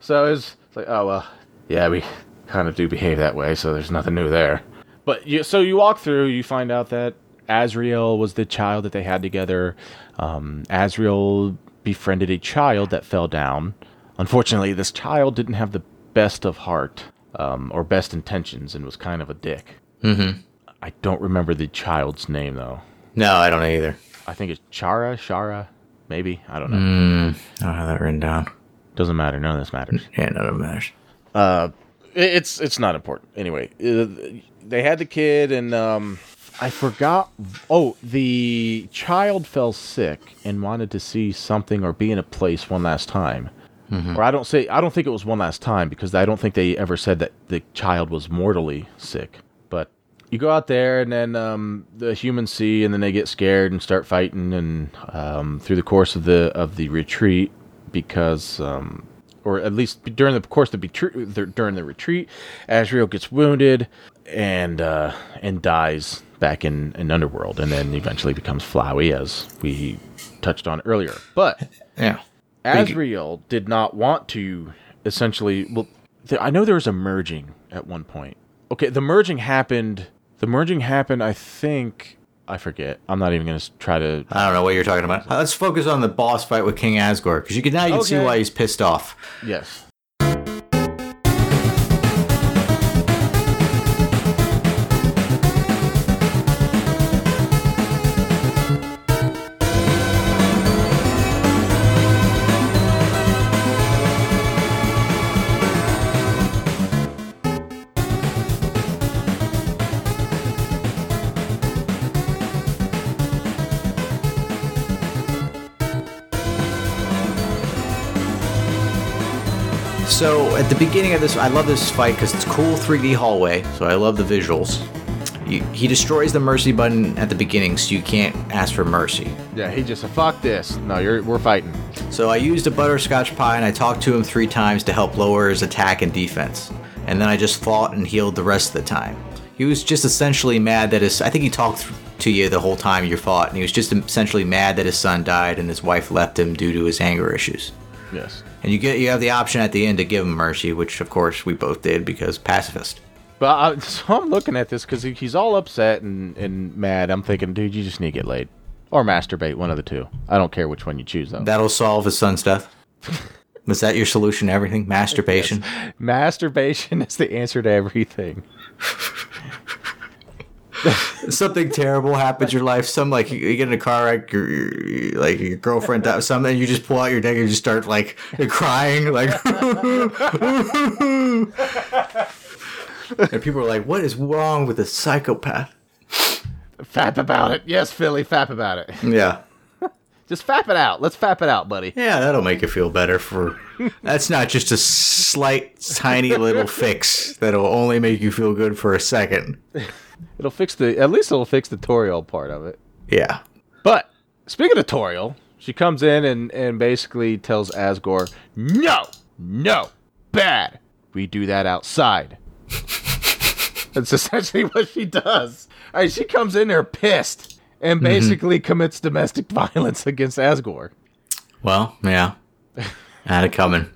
A: so it's, it's like, oh well, yeah, we kind of do behave that way, so there's nothing new there. But you, so you walk through, you find out that Azriel was the child that they had together. Um, Azriel befriended a child that fell down. Unfortunately, this child didn't have the best of heart um, or best intentions and was kind of a dick. Mm-hmm. I don't remember the child's name though.
B: No, I don't either.
A: I think it's Chara, Shara, maybe. I don't know.
B: I don't have that written down.
A: Doesn't matter. None of this matters.
B: Yeah, none of it matters.
A: It- it's it's not important anyway uh, they had the kid and um i forgot oh the child fell sick and wanted to see something or be in a place one last time or i don't say i don't think it was one last time because i don't think they ever said that the child was mortally sick but you go out there and then um, the humans see and then they get scared and start fighting and um, through the course of the of the retreat because um, or at least during the course of the betru- th- during the retreat Azrael gets wounded and uh, and dies back in in underworld and then eventually becomes Flowey as we touched on earlier but
B: Yeah.
A: Azrael did not want to essentially. Well, th- I know there was a merging at one point. Okay, the merging happened. The merging happened. I think I forget. I'm not even going to try to.
B: I don't know what you're talking about. Uh, Let's focus on the boss fight with King Asgore because you can now you can see
A: Okay.
B: why he's pissed off.
A: Yes.
B: So at the beginning of this, I love this fight because it's cool 3D hallway. So I love the visuals. You, he destroys the mercy button at the beginning, so you can't ask for mercy.
A: Yeah. He just said, "Fuck this." No, you're we're fighting.
B: So I used a butterscotch pie and I talked to him three times to help lower his attack and defense. And then I just fought and healed the rest of the time. He was just essentially mad that his. I think he talked to you the whole time you fought, and he was just essentially mad that his son died and his wife left him due to his anger issues.
A: Yes.
B: And you get you have the option at the end to give him mercy, which of course we both did because pacifist.
A: But I, so I'm looking at this because he, he's all upset and, and mad. I'm thinking, dude, you just need to get laid or masturbate. One of the two. I don't care which one you choose though.
B: That'll solve his son's death. Was that your solution to everything? Masturbation?
A: Masturbation is the answer to everything.
B: something terrible happens in your life. Some like you you get in a car wreck, your- your like your girlfriend dies, something. You just pull out your dick and just start like crying, like. and people are like, "What is wrong with a psychopath?"
A: Fap about it. Yes, Philly, fap about it.
B: Yeah,
A: Just fap it out. Let's fap it out, buddy.
B: yeah, that'll make you feel better. For that's not just a slight, tiny little fix that'll only make you feel good for a second.
A: It'll fix the at least it'll fix the Toriel part of it.
B: Yeah,
A: But speaking of Toriel, she comes in and, and basically tells Asgore, No, no, bad. We do that outside. That's essentially what she does. I mean, she comes in there pissed and basically commits domestic violence against Asgore.
B: well, yeah, had it coming.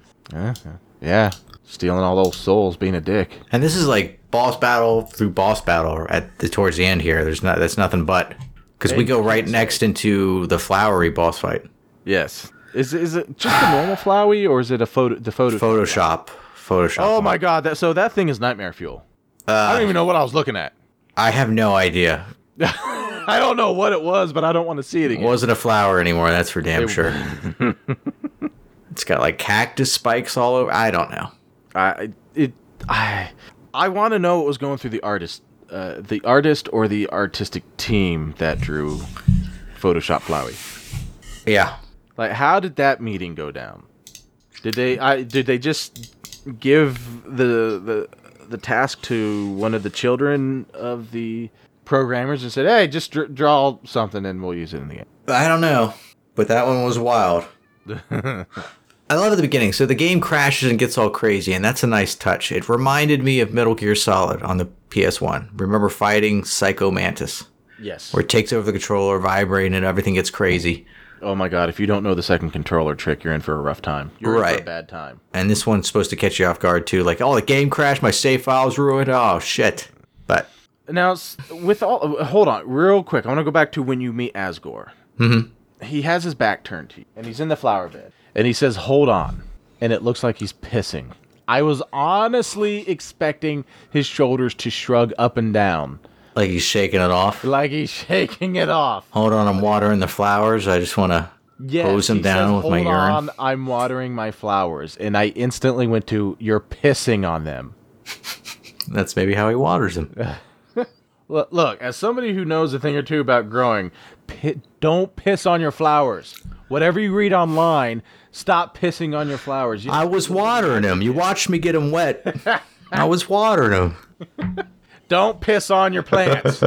A: Yeah. Stealing all those souls, being a dick.
B: And this is like boss battle through boss battle at the towards the end here. There's not that's nothing but because we go right next into the flowery boss fight.
A: Yes. Is is it just a normal flowey or is it a photo the photo?
B: Photoshop, Photoshop.
A: oh my god! That so that thing is nightmare fuel. I don't even know what I was looking at.
B: I have no idea.
A: I don't know what it was, but I don't want to see it
B: It
A: again.
B: wasn't a flower anymore. That's for damn
A: It-
B: sure. it's got like cactus spikes all over. I don't know.
A: I it I I want to know what was going through the artist, uh, the artist or the artistic team that drew Photoshop Flowey.
B: Yeah.
A: Like, how did that meeting go down? Did they I did they just give the the the task to one of the children of the programmers and said, "Hey, just dr- draw something and we'll use it in the game."
B: I don't know. But that one was wild. I love at the beginning. So the game crashes and gets all crazy, and that's a nice touch. It reminded me of Metal Gear Solid on the PS1. Remember fighting Psycho Mantis,
A: yes.
B: where it takes over the controller, vibrating, and everything gets crazy.
A: Oh my god, if you don't know the second controller trick, you're in for a rough time. You're in for
B: Right.
A: a bad time.
B: And this one's supposed to catch you off guard too. Like, oh, the game crashed, my save file's ruined. Oh shit! But
A: Now, s- with all, uh, hold on, real quick. I want to go back to when you meet Asgore. Mm-hmm. He has his back turned to you, and he's in the flower bed, and he says, "Hold on," and it looks like he's pissing. I was honestly expecting his shoulders to shrug up and down,
B: like he's shaking it off.
A: like he's shaking it off.
B: Hold on, I'm watering the flowers. I just want to
A: Yes,
B: hose them
A: he says,
B: down with my
A: "Hold
B: urine.
A: on, I'm watering my flowers, and I instantly went to, "You're pissing on them."
B: That's maybe how he waters them.
A: Look, look, as somebody who knows a thing or two about growing, pi- don't piss on your flowers. Whatever you read online, stop pissing on your flowers. You-
B: I was watering them. You watched me get them wet. I was watering them.
A: don't piss on your plants.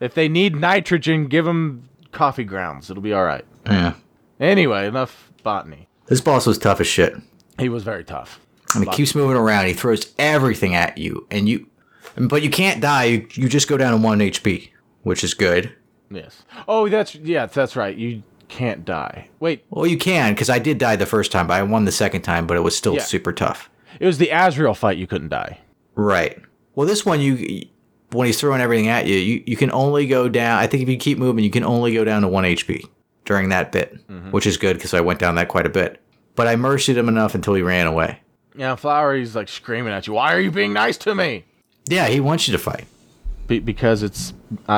A: if they need nitrogen, give them coffee grounds. It'll be all right.
B: Yeah.
A: Anyway, enough botany.
B: This boss was tough as shit.
A: He was very tough.
B: And it keeps moving around. He throws everything at you, and you, but you can't die. You, you just go down to one HP, which is good.
A: Yes. Oh, that's yeah, that's right. You can't die. Wait,
B: Well, you can because I did die the first time, but I won the second time, but it was still
A: Yeah.
B: super tough.
A: it was the Azrael fight. You couldn't die.
B: Right. Well, this one you, when he's throwing everything at you, you, you can only go down. I think if you keep moving, you can only go down to one HP during that bit, which is good because I went down that quite a bit. But I mercied him enough until he ran away.
A: Yeah, Flowery's like screaming at you. Why are you being nice to me?
B: Yeah, he wants you to fight.
A: Be- because it's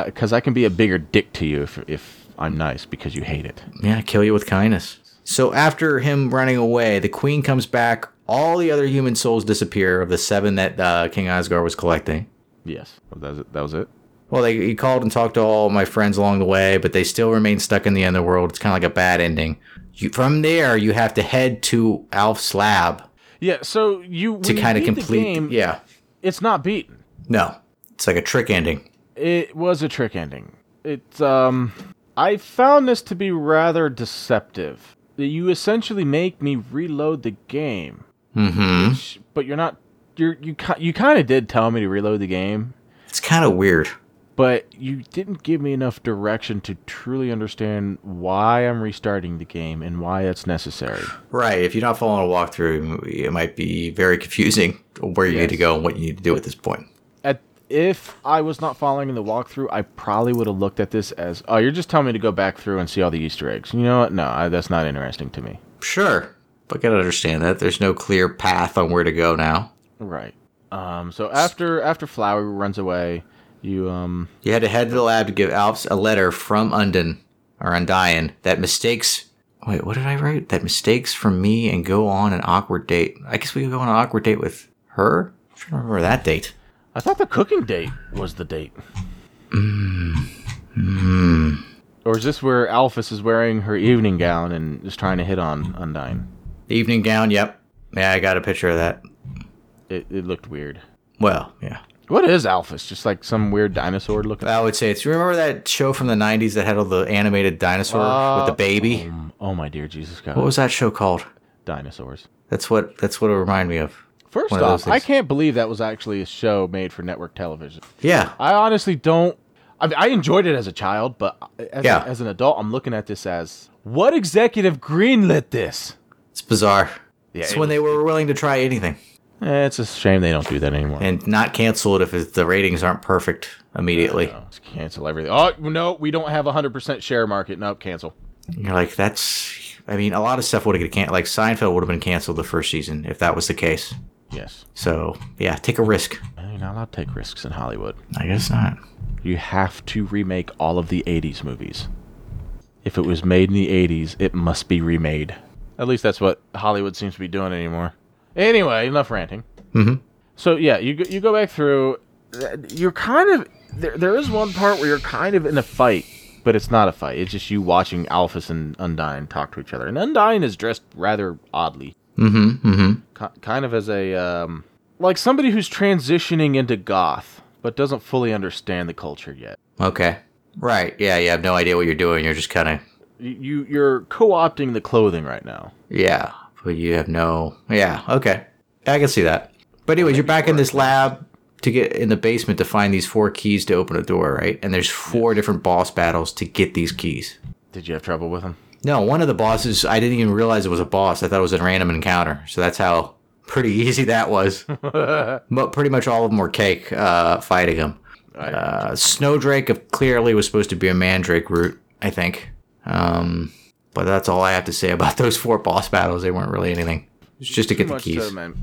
A: because I can be a bigger dick to you if if I'm nice because you hate it.
B: Yeah, kill you with kindness. So after him running away, the queen comes back. All the other human souls disappear of the seven that uh, King Asgard was collecting.
A: Yes, that was it. That was it.
B: Well, they, he called and talked to all my friends along the way, but they still remain stuck in the underworld. It's kind of like a bad ending. You, from there, you have to head to Alf's lab
A: Yeah. So you
B: to kind of complete.
A: The game,
B: yeah,
A: It's not beaten.
B: no, it's like a trick ending.
A: It was a trick ending. It's um, I found this to be rather deceptive. You essentially make me reload the game,
B: hmm
A: sh- but you're not. You're you ki- you kind of did tell me to reload the game,
B: It's kind of weird.
A: but you didn't give me enough direction to truly understand why I'm restarting the game and why it's necessary.
B: Right. If you're not following a walkthrough, it might be very confusing where you need to
A: Yes.
B: go and what you need to do at this point.
A: at if I was not following the walkthrough, I probably would have looked at this as, oh, you're just telling me to go back through and see all the Easter eggs. You know what? No, I, that's not interesting to me.
B: Sure. But I can understand that. There's no clear path on where to go now.
A: Right. Um. So after after Flower runs away, you um.
B: You had to head to the lab to give Alps a letter from Undin or Undyne that mistakes. Wait, what did I write? That mistakes from me and go on an awkward date. I guess we could go on an awkward date with her. I'm trying to remember that date.
A: I thought the cooking date was the date. Or is this where Alphys is wearing her evening gown and is trying to hit on Undyne?
B: The evening gown. Yep. Yeah, I got a picture of that.
A: It, it looked weird.
B: Well, yeah.
A: What is Alphys? Just like some weird dinosaur looking.
B: I would say it's. You remember that show from the '90s that had all the animated dinosaur with the baby?
A: Um, oh my dear Jesus God!
B: What was that show called?
A: dinosaurs?
B: That's what. That's what it reminded me of.
A: First
B: one of those
A: off, I
B: things.
A: can't believe that was actually a show made for network television.
B: Yeah.
A: I honestly don't. I, mean, I enjoyed it as a child, but as,
B: Yeah.
A: as an adult, I'm looking at this as what executive greenlit this?
B: It's bizarre.
A: Yeah,
B: it's
A: it
B: when they were willing to try anything
A: Eh, it's a shame they don't do that anymore.
B: and not cancel it if it- the ratings aren't perfect immediately.
A: Oh, let's cancel everything. Oh no, we don't have a hundred percent share market. Nope, cancel.
B: You're like, that's. I mean, a lot of stuff would have been canceled. Like Seinfeld would have been canceled the first season if that was the case.
A: Yes.
B: So yeah, take a risk.
A: You're not allowed to take risks in Hollywood.
B: I guess not.
A: You have to remake all of the 80s movies. If it was made in the 80s, it must be remade. At least that's what Hollywood seems to be doing anymore. Anyway, enough ranting.
B: Mhm.
A: So yeah, you go- you go back through. uh, You're kind of there. There is one part where you're kind of in a fight, but it's not a fight. It's just you watching Alphys and Undyne talk to each other. And Undyne is dressed rather oddly,
B: Mm-hmm. Mm-hmm.
A: ki- kind of as a um, like somebody who's transitioning into goth, but doesn't fully understand the culture yet.
B: Okay. Right. Yeah. You have no idea what you're doing. You're just kind of
A: You you- you're co-opting the clothing right now.
B: yeah, but you have no yeah. Okay. I can see that. But anyways, you're back in this lab to get in the basement to find these four keys to open a door, right? And there's four different boss battles to get these keys.
A: Did you have trouble with him?
B: No, one of the bosses, I didn't even realize it was a boss. I thought it was a random encounter. So that's how pretty easy that was. but pretty much all of them were cake uh, fighting him. Uh, Snowdrake of- clearly was supposed to be a Mandrake root, I think. Um, but that's all I have to say about those four boss battles. They weren't really anything. It's just to get the keys.
A: man.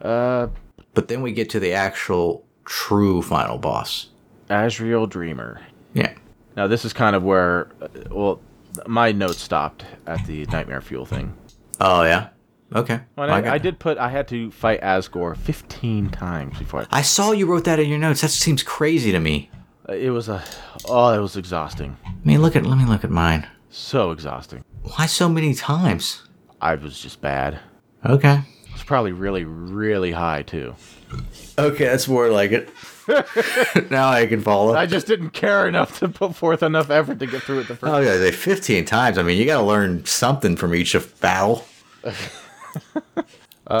A: Uh,
B: but then we get to the actual true final boss.
A: Azrael Dreamer.
B: Yeah.
A: Now this is kind of where, uh, well, my notes stopped at the nightmare fuel thing.
B: Oh, yeah. Okay.
A: Well,
B: Well,
A: Oh, I,
B: got-
A: I did put I had to fight Asgore 15 times before. I,
B: I saw you wrote that in your notes. That seems crazy to me.
A: it was a oh, it was exhausting,
B: I mean, look at let me look at mine.
A: so exhausting.
B: Why so many times?
A: I was just bad.
B: Okay.
A: It's probably really really high too.
B: Okay, that's more like it. now I can follow.
A: I just didn't care enough to put forth enough effort to get through it the first.
B: Oh yeah, they fifteen times. I mean, you got to learn something from each of battle. All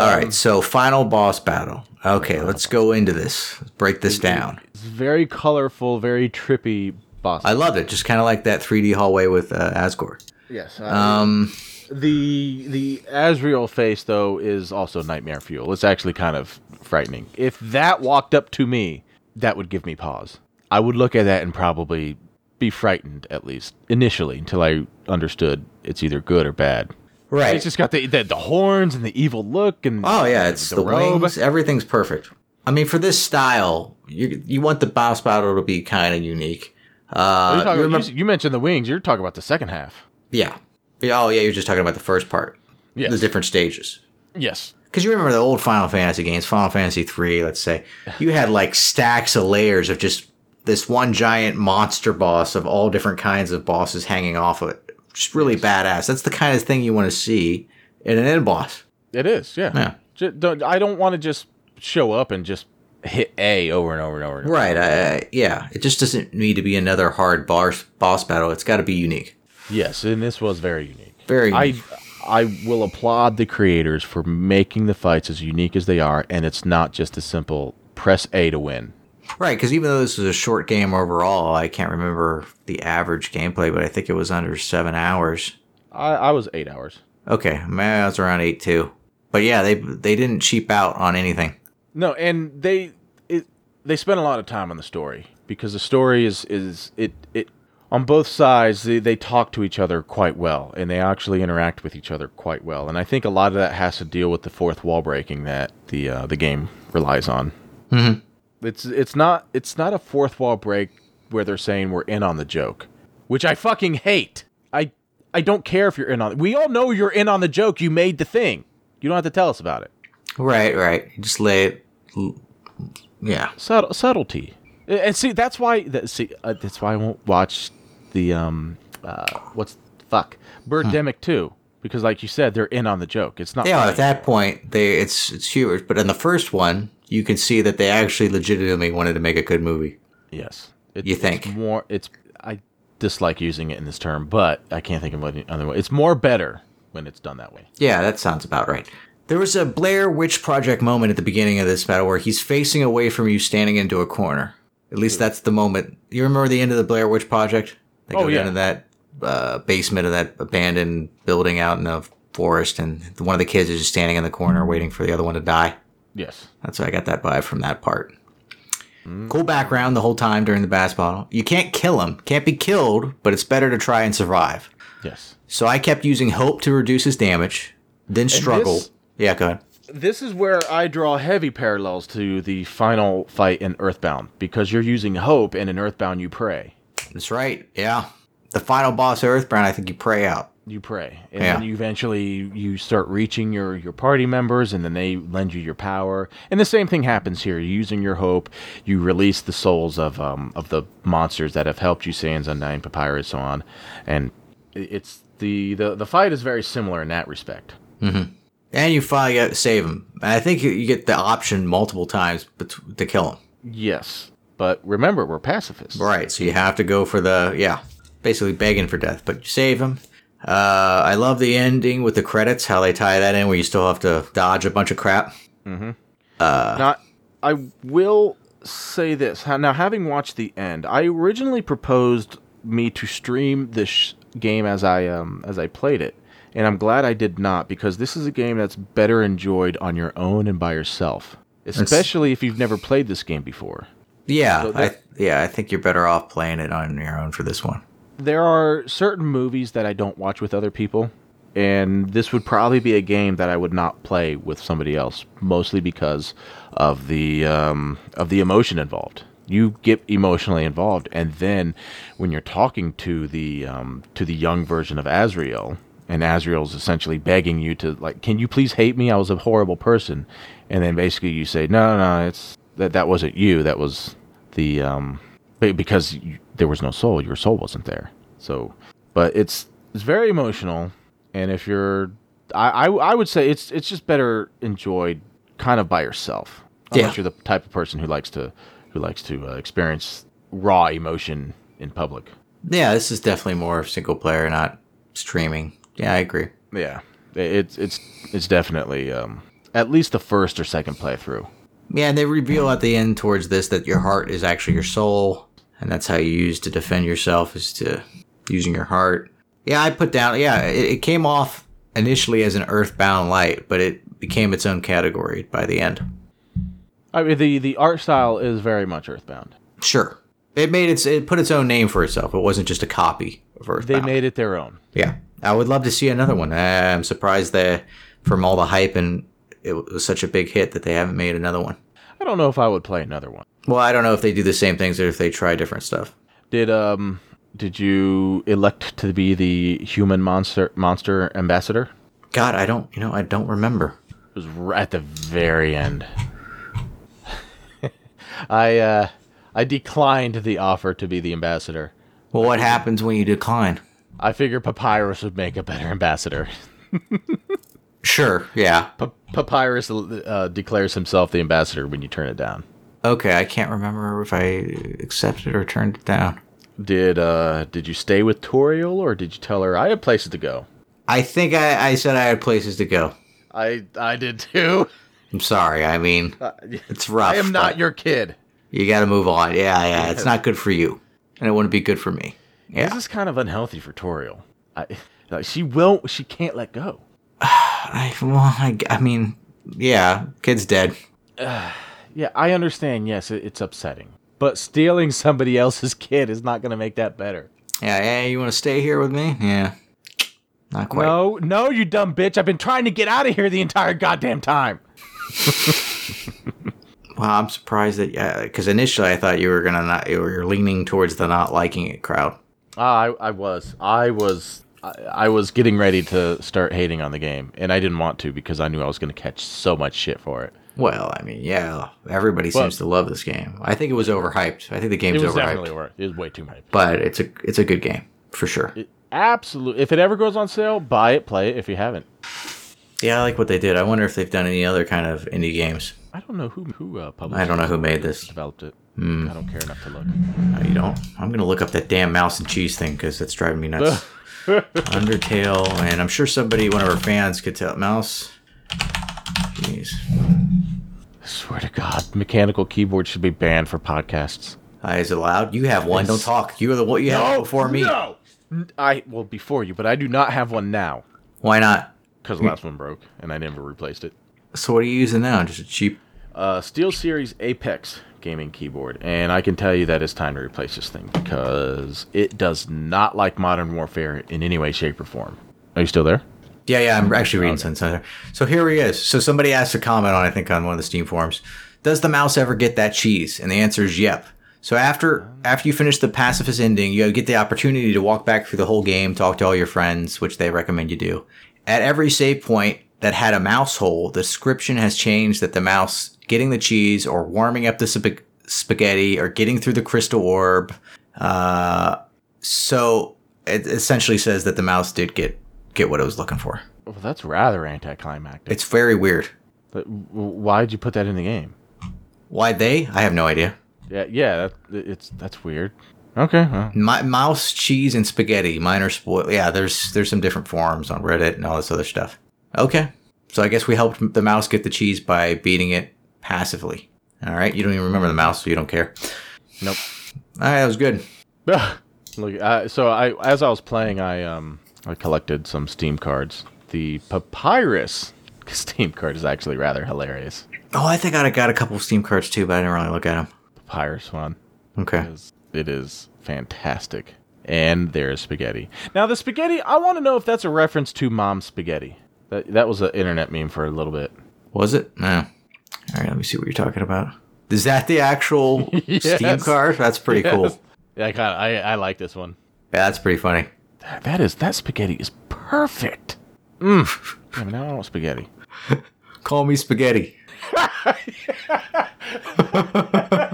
A: Um,
B: right, so final boss battle. Okay, let's go into this. Let's break this down.
A: It's very colorful, very trippy boss.
B: I loved it. Just kind of like that 3D hallway with uh, Asgore.
A: yes.
B: Um,
A: The the Azrael face though is also nightmare fuel. It's actually kind of frightening. If that walked up to me, that would give me pause. I would look at that and probably be frightened at least initially until I understood it's either good or bad.
B: right.
A: It's just got the the, the horns and the evil look and
B: oh yeah, it's the,
A: robe.
B: wings. Everything's perfect. I mean, for this style, you you want the boss battle to be kind of unique.
A: You're
B: Uh,
A: talking-
B: you
A: you,
B: remember-
A: you mentioned the wings. You're talking about the second half.
B: yeah. Yeah. Oh yeah, you're just talking about the first part.
A: Yes.
B: The different stages.
A: Yes.
B: Because you remember the old Final Fantasy games, Final Fantasy three, let's say, you had like stacks of layers of just this one giant monster boss of all different kinds of bosses hanging off of it. Just really badass. That's the kind of thing you want to see in an end boss.
A: It is. Yeah.
B: Yeah.
A: Ju- don't, I don't want to just show up and just hit A over and over and over. And over.
B: Right. I, I- yeah. It just doesn't need to be another hard boss boss battle. It's got to be unique.
A: Yes, and this was very unique.
B: Very.
A: I
B: unique.
A: I will applaud the creators for making the fights as unique as they are, and it's not just a simple press A to win.
B: Right, because even though this was a short game overall, I can't remember the average gameplay, but I think it was under seven hours.
A: I, I was eight hours.
B: Okay, maybe I was around eight too. But yeah, they they didn't cheap out on anything.
A: No, and they it, they spent a lot of time on the story because the story is is it it on both sides they, they talk to each other quite well and they actually interact with each other quite well and I think a lot of that has to deal with the fourth wall breaking that the uh, the game relies on.
B: Mhm.
A: It's it's not it's not a fourth wall break where they're saying we're in on the joke, which I fucking hate. I I don't care if you're in on. We all know you're in on the joke. You made the thing. You don't have to tell us about it.
B: Right, right. Just lay it. Yeah.
A: Subtle, subtlety. And- And see, that's why. That, see, uh, that's why I won't watch the um, uh, what's fuck Birdemic two because, like you said, they're in on the joke. It's not.
B: Yeah.
A: funny.
B: At that point, they it's it's humorous. But in the first one, you can see that they actually legitimately wanted to make a good movie.
A: Yes. It,
B: You
A: It's
B: think.
A: more. It's. I dislike using it in this term, but I can't think of any other way. It's more better when it's done that way.
B: Yeah, that sounds about right. There was a Blair Witch Project moment at the beginning of this battle where he's facing away from you, standing into a corner. At least that's the moment. You remember the end of the Blair Witch Project? They
A: Hmm. Oh,
B: go
A: yeah.
B: down to that uh, basement of that abandoned building out in the forest, and one of the kids is just standing in the corner waiting for the other one to die.
A: Yes.
B: That's why I got that vibe from that part.
A: Hmm.
B: Cool background the whole time during the bass bottle. You can't kill him, can't be killed, but it's better to try and survive.
A: Yes.
B: So I kept using hope to reduce his damage, then struggle.
A: this-
B: yeah, go ahead.
A: this is where I draw heavy parallels to the final fight in Earthbound because you're using hope, and in Earthbound you pray.
B: That's right. Yeah. The final boss of Earthbound, I think you pray out.
A: You pray, and
B: Yeah.
A: then you eventually you start reaching your your party members, and then they lend you your power. And the same thing happens here. You're using your hope, you release the souls of um of the monsters that have helped you, Sans Undying Papyrus, so on, and it- it's the the the fight is very similar in that respect.
B: And you finally get save him. And I think you, you get the option multiple times bet- to kill him.
A: Yes, but remember we're pacifists.
B: Right. So you have to go for the yeah, basically begging for death, but you save him. Uh, I love the ending with the credits, how they tie that in, where you still have to dodge a bunch of crap.
A: Now, I will say this. Ha- Now, having watched the end, I originally proposed me to stream this sh- game as I um, as I played it, and I'm glad I did not because this is a game that's better enjoyed on your own and by yourself, especially if you've never played this game before.
B: Yeah, I,
A: that-
B: yeah, I think you're better off playing it on your own for this one.
A: There are certain movies that I don't watch with other people, and this would probably be a game that I would not play with somebody else, mostly because of the um, of the emotion involved. You get emotionally involved, and then when you're talking to the um, to the young version of Azrael, and Azrael's essentially begging you to like, "Can you please hate me? I was a horrible person," and then basically you say, "No, no, no it's that that wasn't you. That was the um, be- because you, there was no soul your soul wasn't there so but it's it's very emotional and if you're I, I i would say it's it's just better enjoyed kind of by yourself unless
B: Yeah.
A: you're the type of person who likes to who likes to uh, experience raw emotion in public
B: Yeah, this is definitely more single player, not streaming. Yeah, I agree.
A: yeah It- it's it's it's definitely um at least the first or second playthrough
B: Yeah, and they reveal at the end towards this that your heart is actually your soul, and that's how you use to defend yourself is to using your heart. Yeah, I put down. Yeah, it, it came off initially as an Earthbound light, but it became its own category by the end.
A: i mean the the art style is very much earthbound
B: Sure, it made its it put its own name for itself. It wasn't just a copy of
A: they
B: Earthbound.
A: made it their own
B: yeah, I would love to see another one. I- I'm surprised that from all the hype and it was such a big hit that they haven't made another one.
A: i don't know if i would play another one
B: Well, I don't know if they do the same things or if they try different stuff.
A: Did um did you elect to be the human monster monster ambassador?
B: God, I don't, you know, I don't remember.
A: It was right at the very end. I uh I declined the offer to be the ambassador.
B: Well, what happens when you decline?
A: I figure Papyrus would make a better ambassador.
B: Sure, yeah.
A: Pa- Papyrus uh, declares himself the ambassador when you turn it down.
B: Okay, I can't remember if I accepted or turned it down.
A: Did uh did you stay with Toriel or did you tell her I have places to go?
B: I think I, I said I had places to go.
A: I I did too.
B: I'm sorry. I mean, it's rough.
A: Uh, I am not
B: but
A: your kid.
B: You got to move on. Yeah, yeah. It's not good for you, and it wouldn't be good for me.
A: This
B: Yeah,
A: is kind of unhealthy for Toriel. I, like she won't. She can't let go.
B: I, well, I, I mean, yeah. Kid's dead.
A: Yeah, I understand. Yes, it, it's upsetting, but stealing somebody else's kid is not going to make that better.
B: Yeah, yeah. You want to stay here with me? Yeah. Not quite.
A: No, no, you dumb bitch! I've been trying to get out of here the entire goddamn time.
B: Well, I'm surprised that yeah, because initially I thought you were gonna not, you were leaning towards the not liking it crowd.
A: Ah, I, I was, I was, I, I was getting ready to start hating on the game, and I didn't want to because I knew I was going to catch so much shit for it.
B: Well, I mean, yeah, everybody seems to love this game. I think it was overhyped. I think the
A: It
B: game's
A: was
B: overhyped,
A: definitely worth. It was way too much.
B: but it's a it's a good game for sure.
A: Absolutely. If it ever goes on sale, buy it, play it. If you haven't,
B: yeah, I like what they did. I wonder if they've done any other kind of indie games.
A: I don't know who who uh, published.
B: I don't know who made this.
A: developed it. I don't care enough to look.
B: No, you don't. I'm gonna look up that damn mouse and cheese thing because it's driving me nuts. Undertale, and I'm sure somebody, one of our fans, could tell mouse. Jeez,
A: I swear to God, mechanical keyboards should be banned for podcasts.
B: Hi, is it loud? You have one. Don't talk. You are the one. You have it before Oh, me.
A: No, I well before you, but I do not have one now
B: Why not?
A: because the last one broke and I never replaced it.
B: So what are you using now? Just a cheap.
A: Uh, Steel Series Apex gaming keyboard, and I can tell you that it's time to replace this thing because it does not like Modern Warfare in any way, shape, or form. Are you still there?
B: Yeah, yeah, I'm actually reading okay. Sunset. So here he is. So somebody asked a comment on, I think, on one of the Steam forums. Does the mouse ever get that cheese? And the answer is yep. So after after you finish the pacifist ending, you get the opportunity to walk back through the whole game, talk to all your friends, which they recommend you do. At every save point that had a mouse hole, the description has changed that the mouse getting the cheese or warming up the sp- spaghetti or getting through the crystal orb. Uh, so it essentially says that the mouse did get get what it was looking for.
A: Well, that's rather anticlimactic.
B: It's very weird.
A: But why did you put that in the game?
B: Why they? I have no idea.
A: Yeah, yeah, that, it's that's weird. Okay. Well.
B: My, mouse, cheese, and spaghetti. Mine are spoiled. Yeah, there's there's some different forums on Reddit and all this other stuff. Okay, so I guess we helped the mouse get the cheese by beating it passively. All right, you don't even remember the mouse, so you don't care.
A: Nope.
B: All right, that was good.
A: Look, uh, so I as I was playing, I um I collected some Steam cards. The papyrus Steam card is actually rather hilarious.
B: Oh, I think I got a couple Steam cards too, but I didn't really look at them.
A: Papyrus one.
B: Okay.
A: It is, it is fantastic. And there's spaghetti. Now the spaghetti, I want to know if that's a reference to mom spaghetti. That that was an internet meme for a little bit.
B: Was it? No. All right, let me see what you're talking about. Is that the actual yes. Steam card? That's pretty yes. cool.
A: Yeah, I, kinda, I I like this one.
B: Yeah, that's pretty funny.
A: That is that spaghetti is perfect. Mm. Damn, now I want spaghetti.
B: Call me spaghetti.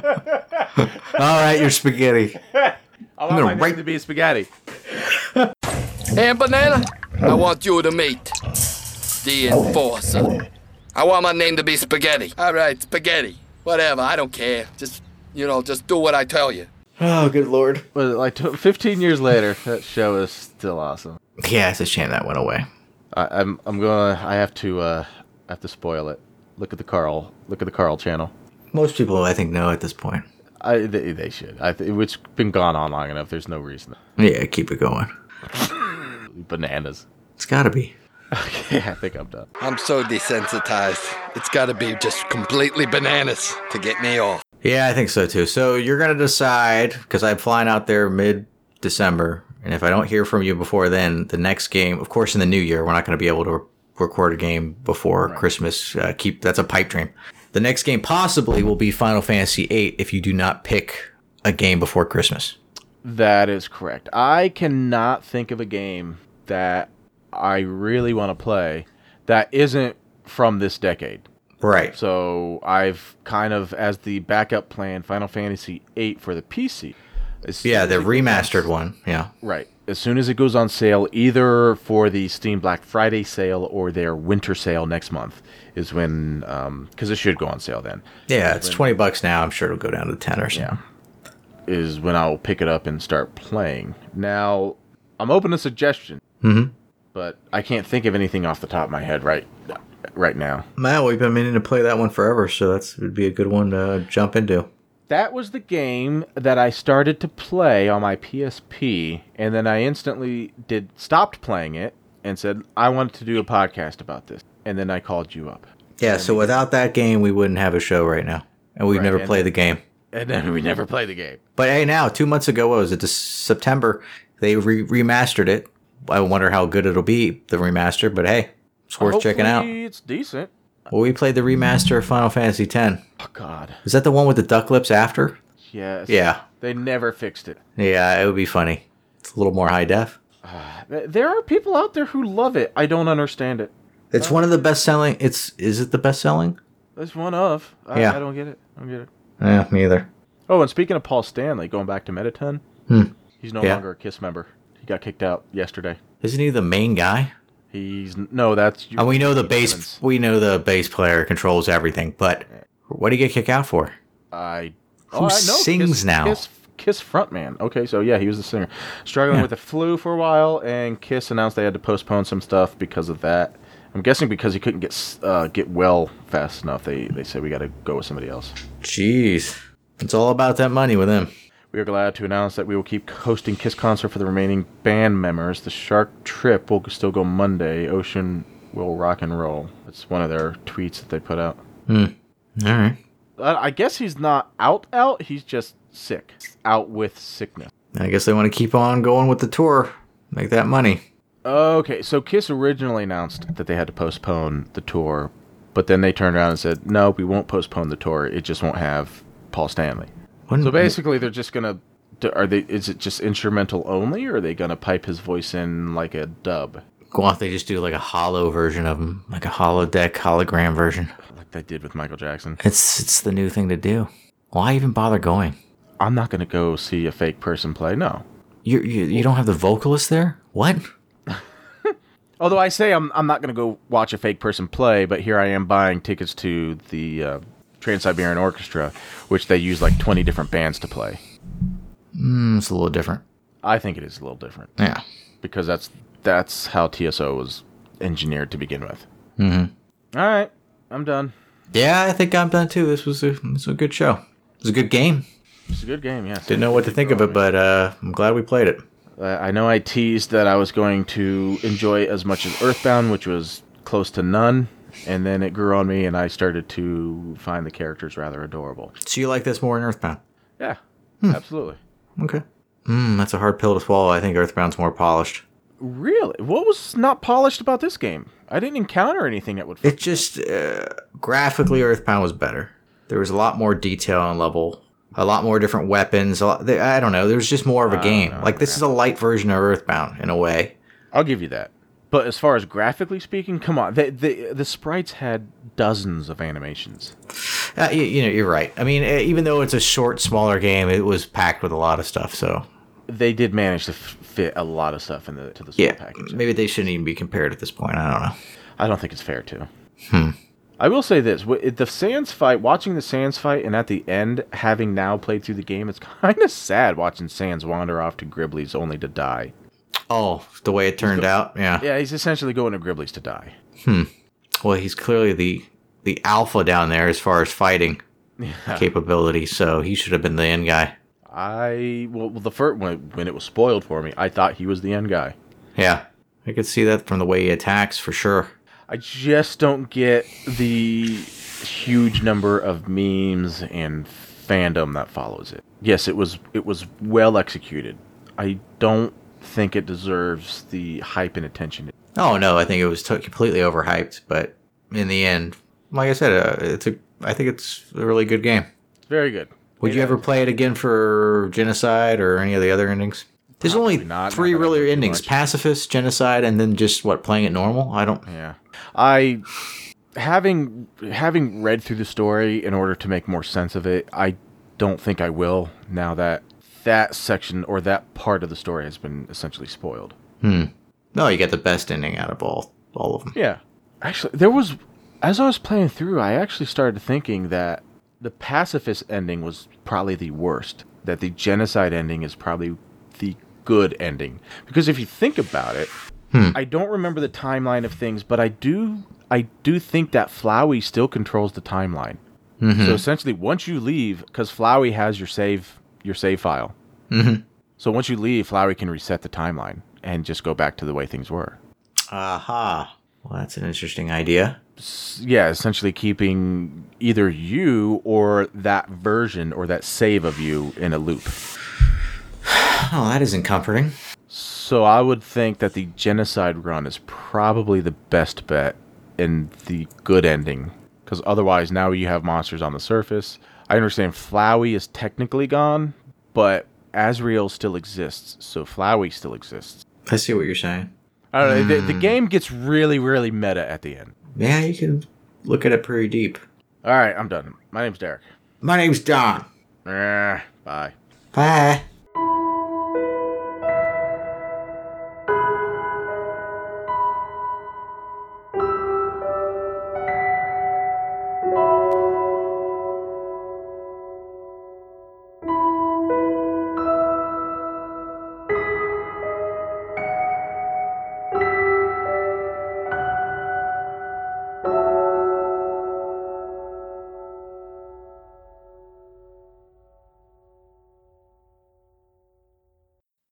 B: All right, you're spaghetti.
A: I want am my right to be spaghetti.
C: and banana, Eh, I want you to meet the enforcer. I want my name to be spaghetti. All right, spaghetti. Whatever, I don't care. Just you know, just do what I tell you.
B: Oh, good lord.
A: But like 15 years later, that show is still awesome.
B: Yeah, it's a shame that went away.
A: I, am I'm, I'm gonna I have to uh I have to spoil it. Look at the Carl look at the Carl channel.
B: Most people I think know at this point.
A: I they, they should. I th- it's been gone on long enough. There's no reason.
B: Yeah, keep it going.
A: Bananas.
B: It's got to be.
A: Okay, I think I'm done.
C: I'm so desensitized. It's got to be just completely bananas to get me off.
B: Yeah, I think so too. So you're gonna decide because I'm flying out there mid December, and if I don't hear from you before then, the next game, of course, in the new year, we're not gonna be able to re- record a game before right. Christmas. Uh, keep that's a pipe dream. The next game possibly will be Final Fantasy VIII if you do not pick a game before Christmas.
A: That is correct. I cannot think of a game that I really want to play that isn't from this decade.
B: Right.
A: So I've kind of as the backup plan Final Fantasy VIII for the PC.
B: As yeah, the remastered goes, one. Yeah.
A: Right. As soon as it goes on sale, either for the Steam Black Friday sale or their winter sale next month, is when because um, it should go on sale then.
B: Yeah, it's when, twenty bucks now. I'm sure it'll go down to ten or something. Yeah.
A: Is when I'll pick it up and start playing. Now, I'm open to suggestion,
B: mm-hmm.
A: but I can't think of anything off the top of my head right now right now.
B: Man, we've been meaning to play that one forever, so that's would be a good one to jump into.
A: That was the game that I started to play on my PSP, and then I instantly did stopped playing it and said I wanted to do a podcast about this, and then I called you up.
B: Yeah, so without that game, we wouldn't have a show right now, and we've right, never played the game.
A: And then we never played the game.
B: But hey, now two months ago, what was it? This September, they re- remastered it. I wonder how good it'll be the remaster, but hey, it's worth
A: Hopefully
B: checking out.
A: It's decent.
B: Well, we played the remaster of Final Fantasy X.
A: Oh God!
B: Is that the one with the duck lips after?
A: Yes.
B: Yeah.
A: They never fixed it.
B: Yeah, it would be funny. It's a little more high def.
A: Uh, there are people out there who love it. I don't understand it.
B: It's uh, one of the best selling. It's is it the best selling?
A: It's one of. I, yeah. I don't get it. I don't get it.
B: Yeah, me either.
A: Oh, and speaking of Paul Stanley, going back to Metaton,
B: hmm.
A: he's no yeah. longer a Kiss member. He got kicked out yesterday.
B: Isn't he the main guy?
A: He's no, that's
B: and Oh, we know the bass. Evans. We know the bass player controls everything, but what do you get kicked out for?
A: I
B: who oh, I sings
A: Kiss,
B: now?
A: Kiss, Kiss frontman. Okay, so yeah, he was the singer, struggling yeah. with the flu for a while, and Kiss announced they had to postpone some stuff because of that. I'm guessing because he couldn't get uh, get well fast enough. They they said we got to go with somebody else.
B: Jeez, it's all about that money with him.
A: We are glad to announce that we will keep hosting Kiss Concert for the remaining band members. The Shark Trip will still go Monday. Ocean will rock and roll. That's one of their tweets that they put out.
B: Hmm. All right.
A: I guess he's not out, out. He's just sick. Out with sickness.
B: I guess they want to keep on going with the tour, make that money.
A: Okay, so Kiss originally announced that they had to postpone the tour, but then they turned around and said, "No, we won't postpone the tour. It just won't have Paul Stanley."
B: Mm-hmm.
A: So basically, they're just gonna. do- Are they? Is it just instrumental only, or are they gonna pipe his voice in like a dub,
B: go off. They just do like a hollow version of him, like a holodeck hologram version.
A: like they did with Michael Jackson?
B: It's it's the new thing to do. Why even bother going?
A: I'm not gonna go see a fake person play. No.
B: You you, you don't have the vocalist there. What?
A: Although I say I'm, I'm not going to go watch a fake person play, but here I am buying tickets to the uh, Trans Siberian Orchestra, which they use like 20 different bands to play.
B: Mm, it's a little different.
A: I think it is a little different
B: Yeah.
A: because that's that's how TSO was engineered to begin with. Mm-hmm. right, I'm done.
B: Yeah, I think I'm done too. This was a this was a good show. It was a good game.
A: It's a good game, yes.
B: Didn't know what to think of it, but uh, I'm glad we played it.
A: Uh, I know I teased that I was going to enjoy as much as Earthbound, which was close to none, and then it grew on me, and I started to find the characters rather adorable.
B: So you like this more in Earthbound?
A: Yeah,
B: Hmm.
A: absolutely.
B: Okay. Mm, that's a hard pill to swallow. I think Earthbound's more polished.
A: Really? What was not polished about this game? I didn't encounter anything that would.
B: It just uh, graphically, Earthbound was better. There was a lot more detail on level, a lot more different weapons. A lot, there- I don't know. There was just more of a game. Like this is a light version of Earthbound in a way.
A: I'll give you that. But as far as graphically speaking, come on, the the, the sprites had dozens of animations.
B: Uh, you, you know, you're right. I mean, uh, even though it's a short, smaller game, it was packed with a lot of stuff. So
A: They did manage to f- fit a lot of stuff in the to the small
B: yeah,
A: package.
B: maybe they shouldn't even be compared at this point. I don't know.
A: I don't think it's fair to. I will say this: wi- the Sans fight, watching the Sans fight, and at the end, having now played through the game, it's kind of sad watching Sans wander off to Gribbly's only to die.
B: Oh, the way it turned out. Yeah.
A: Yeah, he's essentially going to Gribbly's to die.
B: Well, he's clearly the the alpha down there as far as fighting capability. So he should have been the end guy.
A: I well, well the first when, when it was spoiled for me, I thought he was the end guy.
B: Yeah, I could see that from the way he attacks for sure.
A: I just don't get the huge number of memes and fandom that follows it. Yes, it was it was well executed. I don't think it deserves the hype and attention.
B: Oh no, I think it was to completely overhyped, but in the end, like I said, uh, it's a. I think it's a really good game.
A: It's very good.
B: Would you ever play it again for Genocide or any of the other endings? There's only
A: Probably not,
B: three
A: not that I know
B: really
A: too
B: endings:
A: much.
B: Pacifist, Genocide, and then just what playing it normal. I don't.
A: Yeah. I having having read through the story in order to make more sense of it, I don't think I will now that that section or that part of the story has been essentially spoiled.
B: No, you get the best ending out of all all of them.
A: Yeah. Actually, there was as I was playing through, I actually started thinking that the pacifist ending was probably the worst. That the genocide ending is probably the good ending. Because if you think about it, I don't remember the timeline of things, but I do I do think that Flowey still controls the timeline. So essentially, once you leave, because Flowey has your save your save file. Mm-hmm. So once you leave, Flowey can reset the timeline and just go back to the way things were.
B: Aha. Well, that's an interesting idea.
A: yeah, essentially keeping either you or that version or that save of you in a loop.
B: Oh, that isn't comforting.
A: So I would think that the genocide run is probably the best bet in the good ending because otherwise now you have monsters on the surface. I understand Flowey is technically gone, but Azrael still exists, so Flowey still exists.
B: I see what you're saying.
A: I don't know. The, the game gets really, really meta at the end.
B: Yeah, you can look at it pretty deep.
A: All right, I'm done. My name's Derek.
B: My name's Don.
A: Eh, bye.
B: Bye.